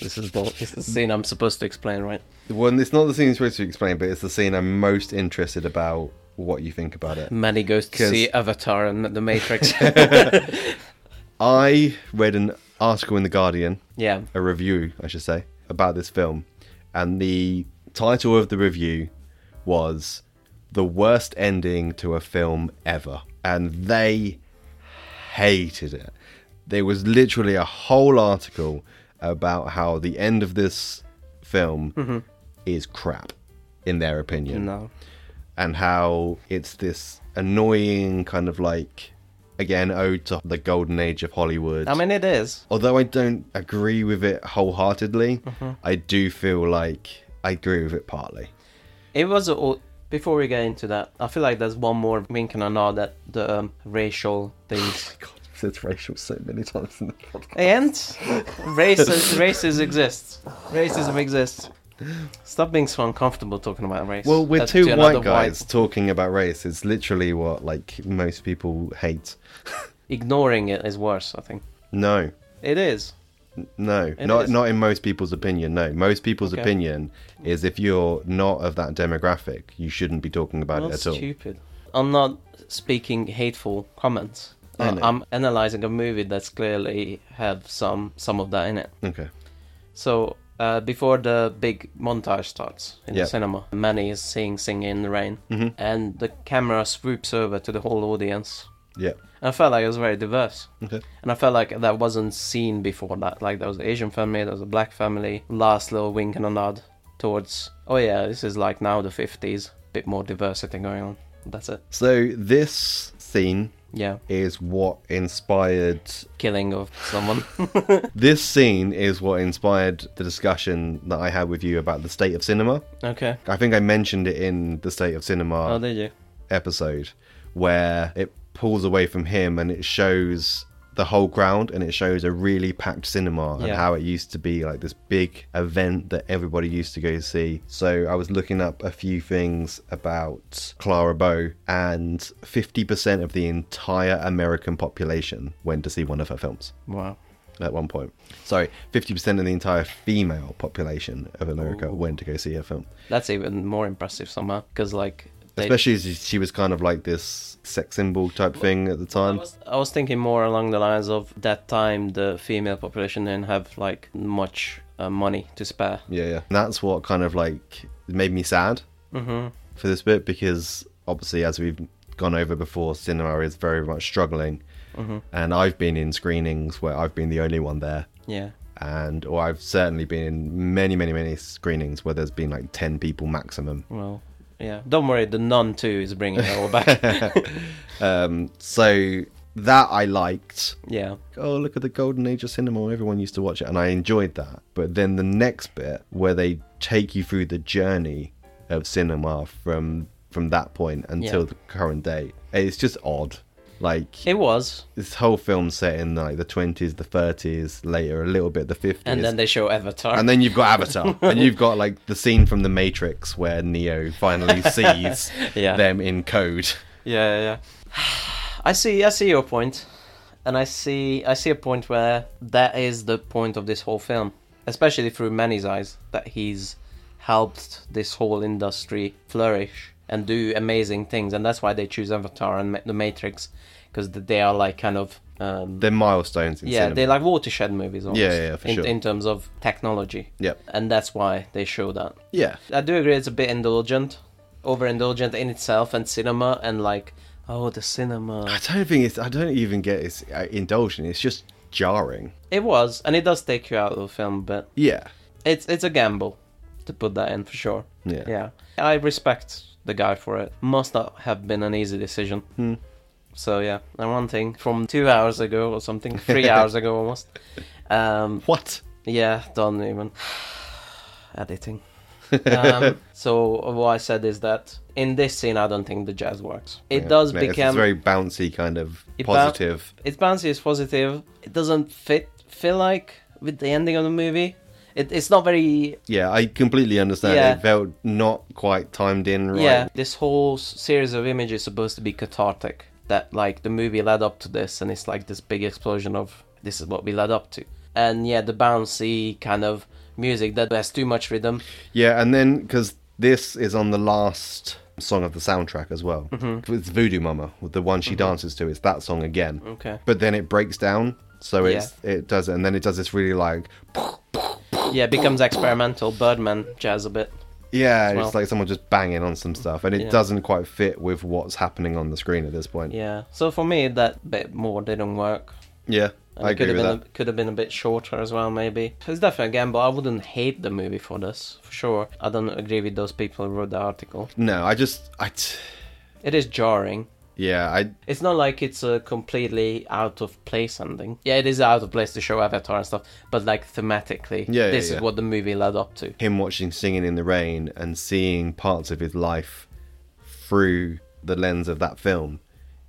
A: this is the this is the scene I'm supposed to explain, right?
B: Well, it's not the scene you're supposed to explain, but it's the scene I'm most interested about what you think about it.
A: Manny goes to
B: 'Cause-
A: see Avatar and the *laughs* Matrix.
B: I read an article in The Guardian,
A: yeah.
B: a review, I should say, about this film, and the title of the review was The Worst Ending to a Film Ever. And they hated it. There was literally a whole article about how the end of this film is crap, in their opinion
A: No.
B: and how it's this annoying kind of like again ode to the golden age of Hollywood.
A: I mean, it is.
B: although I don't agree with it wholeheartedly,
A: Mm-hmm.
B: I do feel like I agree with it partly.
A: It was all. Before we get into that, I feel like there's one more wink and a nod at the um, racial *laughs* things.
B: God, I've said racial so many times in the podcast.
A: and races, races exist. Racism exists. Stop being so uncomfortable talking about race.
B: Well, we're
A: That's
B: two
A: to another
B: white guys talking about race. It's literally what like most people hate. *laughs*
A: ignoring it is worse, I think.
B: No,
A: It is.
B: No, not
A: is.
B: not in most people's opinion. No, most people's
A: Okay.
B: opinion is if you're not of that demographic, you shouldn't be talking about it
A: Not
B: at all.
A: stupid. I'm not speaking hateful comments. Uh, I'm analyzing a movie that's clearly have some some of that in it.
B: Okay.
A: So uh, before the big montage starts in
B: Yeah. Mm-hmm.
A: the cinema, Manny is seeing singing in the rain, and the camera swoops over to the whole audience.
B: Yeah.
A: And I felt like it was very diverse,
B: Okay.
A: and I felt like that wasn't seen before that. Like there was an Asian family, there was a black family. Last little wink and a nod towards, oh yeah, this is like now the fifties, bit more diversity going on. That's it.
B: So this scene
A: Yeah,
B: is what inspired
A: killing of someone. *laughs*
B: this scene is what inspired the discussion that I had with you about the state of cinema.
A: okay.
B: I think I mentioned it in the state of cinema
A: Oh, did you?
B: episode where it pulls away from him and it shows the whole ground and it shows a really packed cinema and
A: Yeah.
B: how it used to be like this big event that everybody used to go see. So I was looking up a few things about Clara Bow and 50% of the entire American population went to see one of her films
A: Wow.
B: at one point. Sorry, 50% of the entire female population of America went to go see her film.
A: That's even more impressive somehow, because like they,
B: Especially as she was kind of like this sex symbol type thing at the time.
A: I was thinking more along the lines of that time the female population didn't have like much uh, money to spare.
B: Yeah, yeah. And that's what kind of like made me sad for this bit because obviously, as we've gone over before, cinema is very much struggling. And I've been in screenings where I've been the only one there.
A: Yeah,
B: And, or I've certainly been in many, many, many screenings where there's been like 10 people maximum.
A: well, yeah. Don't worry, the nun too is bringing it all
B: *laughs*
A: back.
B: So that I liked.
A: yeah,
B: oh look at the golden age of cinema everyone used to watch it and i enjoyed that but then the next bit where they take you through the journey of cinema from from that point until
A: Yeah.
B: the current day it's just odd like
A: it was.
B: this whole film set in like the 20s the 30s later a little bit the 50s
A: And then they show Avatar.
B: and then you've got
A: *laughs*
B: Avatar, and you've got like the scene from The Matrix where Neo
A: *laughs*
B: finally sees
A: Yeah.
B: them in code.
A: yeah, yeah, yeah. *sighs* I see. I see your point, and I see. I see a point where that is the point of this whole film, especially through Manny's eyes, that he's helped this whole industry flourish and do amazing things, and that's why they choose Avatar and Ma- The Matrix, because they are like kind of. Um,
B: They're milestones in
A: yeah,
B: cinema.
A: they're like watershed movies. Almost,
B: Yeah, yeah, for
A: in,
B: sure.
A: in terms of technology.
B: Yep.
A: And that's why they show that.
B: yeah,
A: I do agree it's a bit indulgent, overindulgent in itself and cinema and like, oh, the cinema.
B: I don't think it's. I don't even get it's uh, indulgent. It's just jarring.
A: It was, and it does take you out of the film, but
B: Yeah.
A: it's it's a gamble to put that in for sure.
B: Yeah.
A: yeah. I respect the guy for it. Must not have been an easy decision. So yeah, and one thing from two hours ago or something, three hours ago almost. Um,
B: What?
A: Yeah, done even. *sighs*
B: *laughs*
A: Editing. um, so what I said is that in this scene, I don't think the jazz works. It does
B: Yeah,
A: become
B: It's very bouncy, kind of
A: It bou-
B: positive.
A: it's bouncy, it's positive. It doesn't fit feel like with the ending of the movie. It, it's not very
B: yeah, I completely understand.
A: Yeah.
B: It felt not quite timed in right.
A: yeah. This whole s- series of images is supposed to be cathartic. That like the movie led up to this, and it's like this big explosion of this is what we led up to. And yeah, the bouncy kind of music that has too much rhythm.
B: Yeah, and then because this is on the last song of the soundtrack as well.
A: Mm-hmm.
B: It's Voodoo Mama, with the one she dances to. It's that song again.
A: Okay.
B: But then it breaks down, so it's it does it, and then it does this really like
A: Yeah, it becomes experimental Birdman jazz a bit.
B: yeah,
A: well.
B: it's like someone just banging on some stuff, and it
A: Yeah.
B: doesn't quite fit with what's happening on the screen at this point.
A: Yeah. So for me, that bit more didn't work.
B: Yeah,
A: And
B: I
A: it could
B: agree
A: have
B: with
A: been
B: that.
A: a, could have been a bit shorter as well, maybe. It's definitely a gamble. I wouldn't hate the movie for this, for sure. I don't agree with those people who wrote the article.
B: No, I just, I, t-
A: It is jarring.
B: yeah, I,
A: It's not like it's a completely out of place ending. Yeah, it is out of place to show Avatar and stuff, but like thematically,
B: Yeah, yeah,
A: this
B: yeah.
A: is what the movie led up to.
B: him watching Singing in the Rain and seeing parts of his life through the lens of that film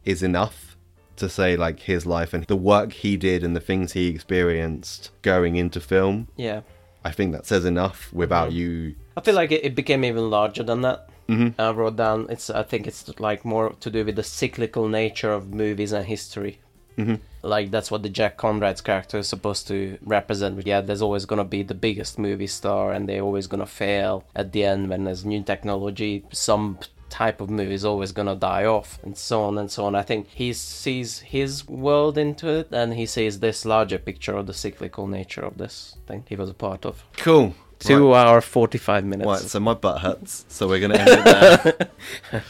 B: is enough to say like his life and the work he did and the things he experienced going into film.
A: Yeah.
B: I think that says enough without
A: Mm-hmm.
B: you.
A: I feel like it, it became even larger than that. Mm-hmm. I wrote down. It's. I think it's like more to do with the cyclical nature of movies and history. Mm-hmm. Like that's what the Jack Conrad's character is supposed to represent. Yeah, there's always gonna be the biggest movie star, and they're always gonna fail at the end when there's new technology. Some type of movie is always gonna die off, and so on and so on. I think he sees his world into it, and he sees this larger picture of the cyclical nature of this thing he was a part of.
B: Cool.
A: Two
B: Right.
A: hour forty five minutes.
B: Right, so my butt hurts,
A: *laughs*
B: so we're gonna end it there.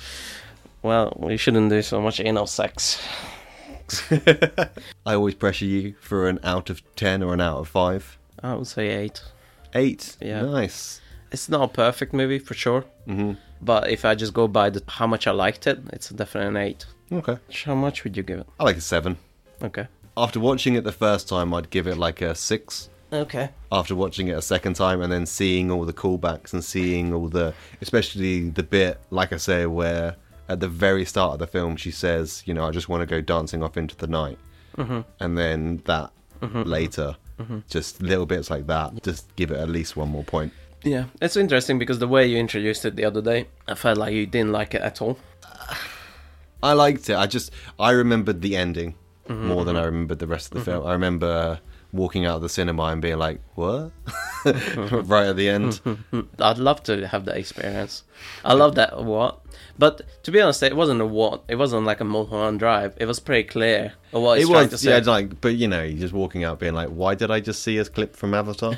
A: Well, we shouldn't do so much anal sex.
B: I always pressure you for an out of ten or an out of five.
A: I would say eight.
B: Eight.
A: Yeah.
B: Nice.
A: It's not a perfect movie for sure, mm-hmm. but if I just go by the, how much I liked it, it's definitely an eight.
B: Okay.
A: How much would you give it?
B: I like a seven.
A: Okay.
B: After watching it the first time, I'd give it like a six.
A: Okay.
B: After watching it a second time and then seeing all the callbacks and seeing all the, especially the bit, like I say, where at the very start of the film she says, you know, I just want to go dancing off into the night, mm-hmm. and then that later, just little bits like that, just give it at least one more point.
A: Yeah, it's interesting because the way you introduced it the other day, I felt like you didn't like it at all.
B: I liked it. I just I remembered the ending more than I remembered the rest of the film. I remember walking out of the cinema and being like, "What?" *laughs* right at the end.
A: I'd love to have that experience. I love that what, but to be honest, it wasn't a what. It wasn't like a Mulholland Drive. It was pretty clear of what
B: it
A: it's trying to
B: was
A: say.
B: yeah, like, but you know, you're just walking out being like, "Why did I just see a clip
A: *laughs*
B: from Avatar?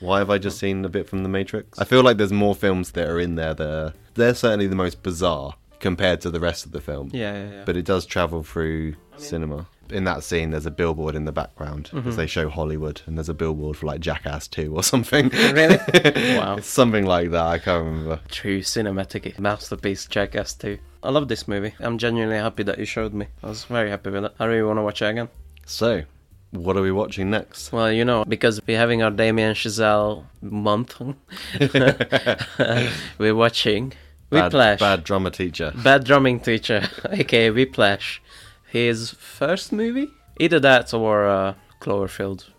B: Why have I just seen a bit from The Matrix?" I feel like there's more films that are in there that are, they're certainly the most bizarre compared to the rest of the film.
A: Yeah, yeah, yeah.
B: but it does travel through cinema. In that scene, there's a billboard in the background
A: Mm-hmm.
B: because they show Hollywood, and there's a billboard for like Jackass Two or *laughs* something.
A: really? *laughs* wow.
B: It's something like that. I can't remember.
A: True cinematic masterpiece, Jackass 2. I love this movie. I'm genuinely happy that you showed me. I was very happy with it. I really want to watch it again.
B: So, what are we watching next?
A: Well, you know, because we're having our Damien Chazelle month,
B: *laughs*
A: *laughs* we're watching
B: Bad,
A: Whiplash.
B: bad drama teacher.
A: Bad drumming teacher, *laughs* aka Whiplash. His first movie? Either that or uh, Cloverfield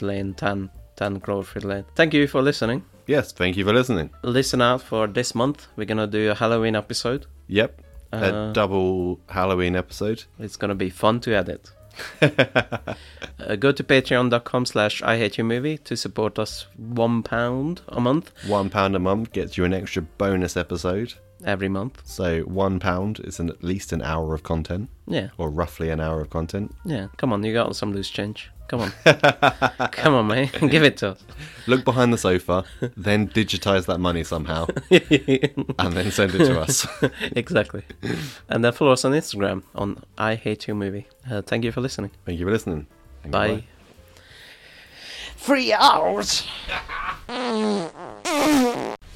A: Lane 10. 10 Cloverfield Lane. Thank you for listening.
B: Yes, thank you for listening.
A: Listen out for this month. We're gonna do a Halloween episode.
B: Yep,
A: Uh,
B: a double Halloween episode.
A: It's gonna be fun to edit. uh, go to patreon.com slash I hate you movie to support us one pound a month
B: One pound a month gets you an extra bonus episode.
A: every month.
B: So one pound is an, at least an hour of content,
A: Yeah,
B: or roughly an hour of content.
A: yeah. Come on, you got some loose change. Come on, come on, mate. *laughs* Give it to us.
B: Look behind the sofa, then digitize that money somehow, and then send it to us.
A: exactly. And then follow us on Instagram on I hate you movie. Uh, thank you for listening.
B: Thank you for listening. and
A: Bye.
B: goodbye.
A: Three hours.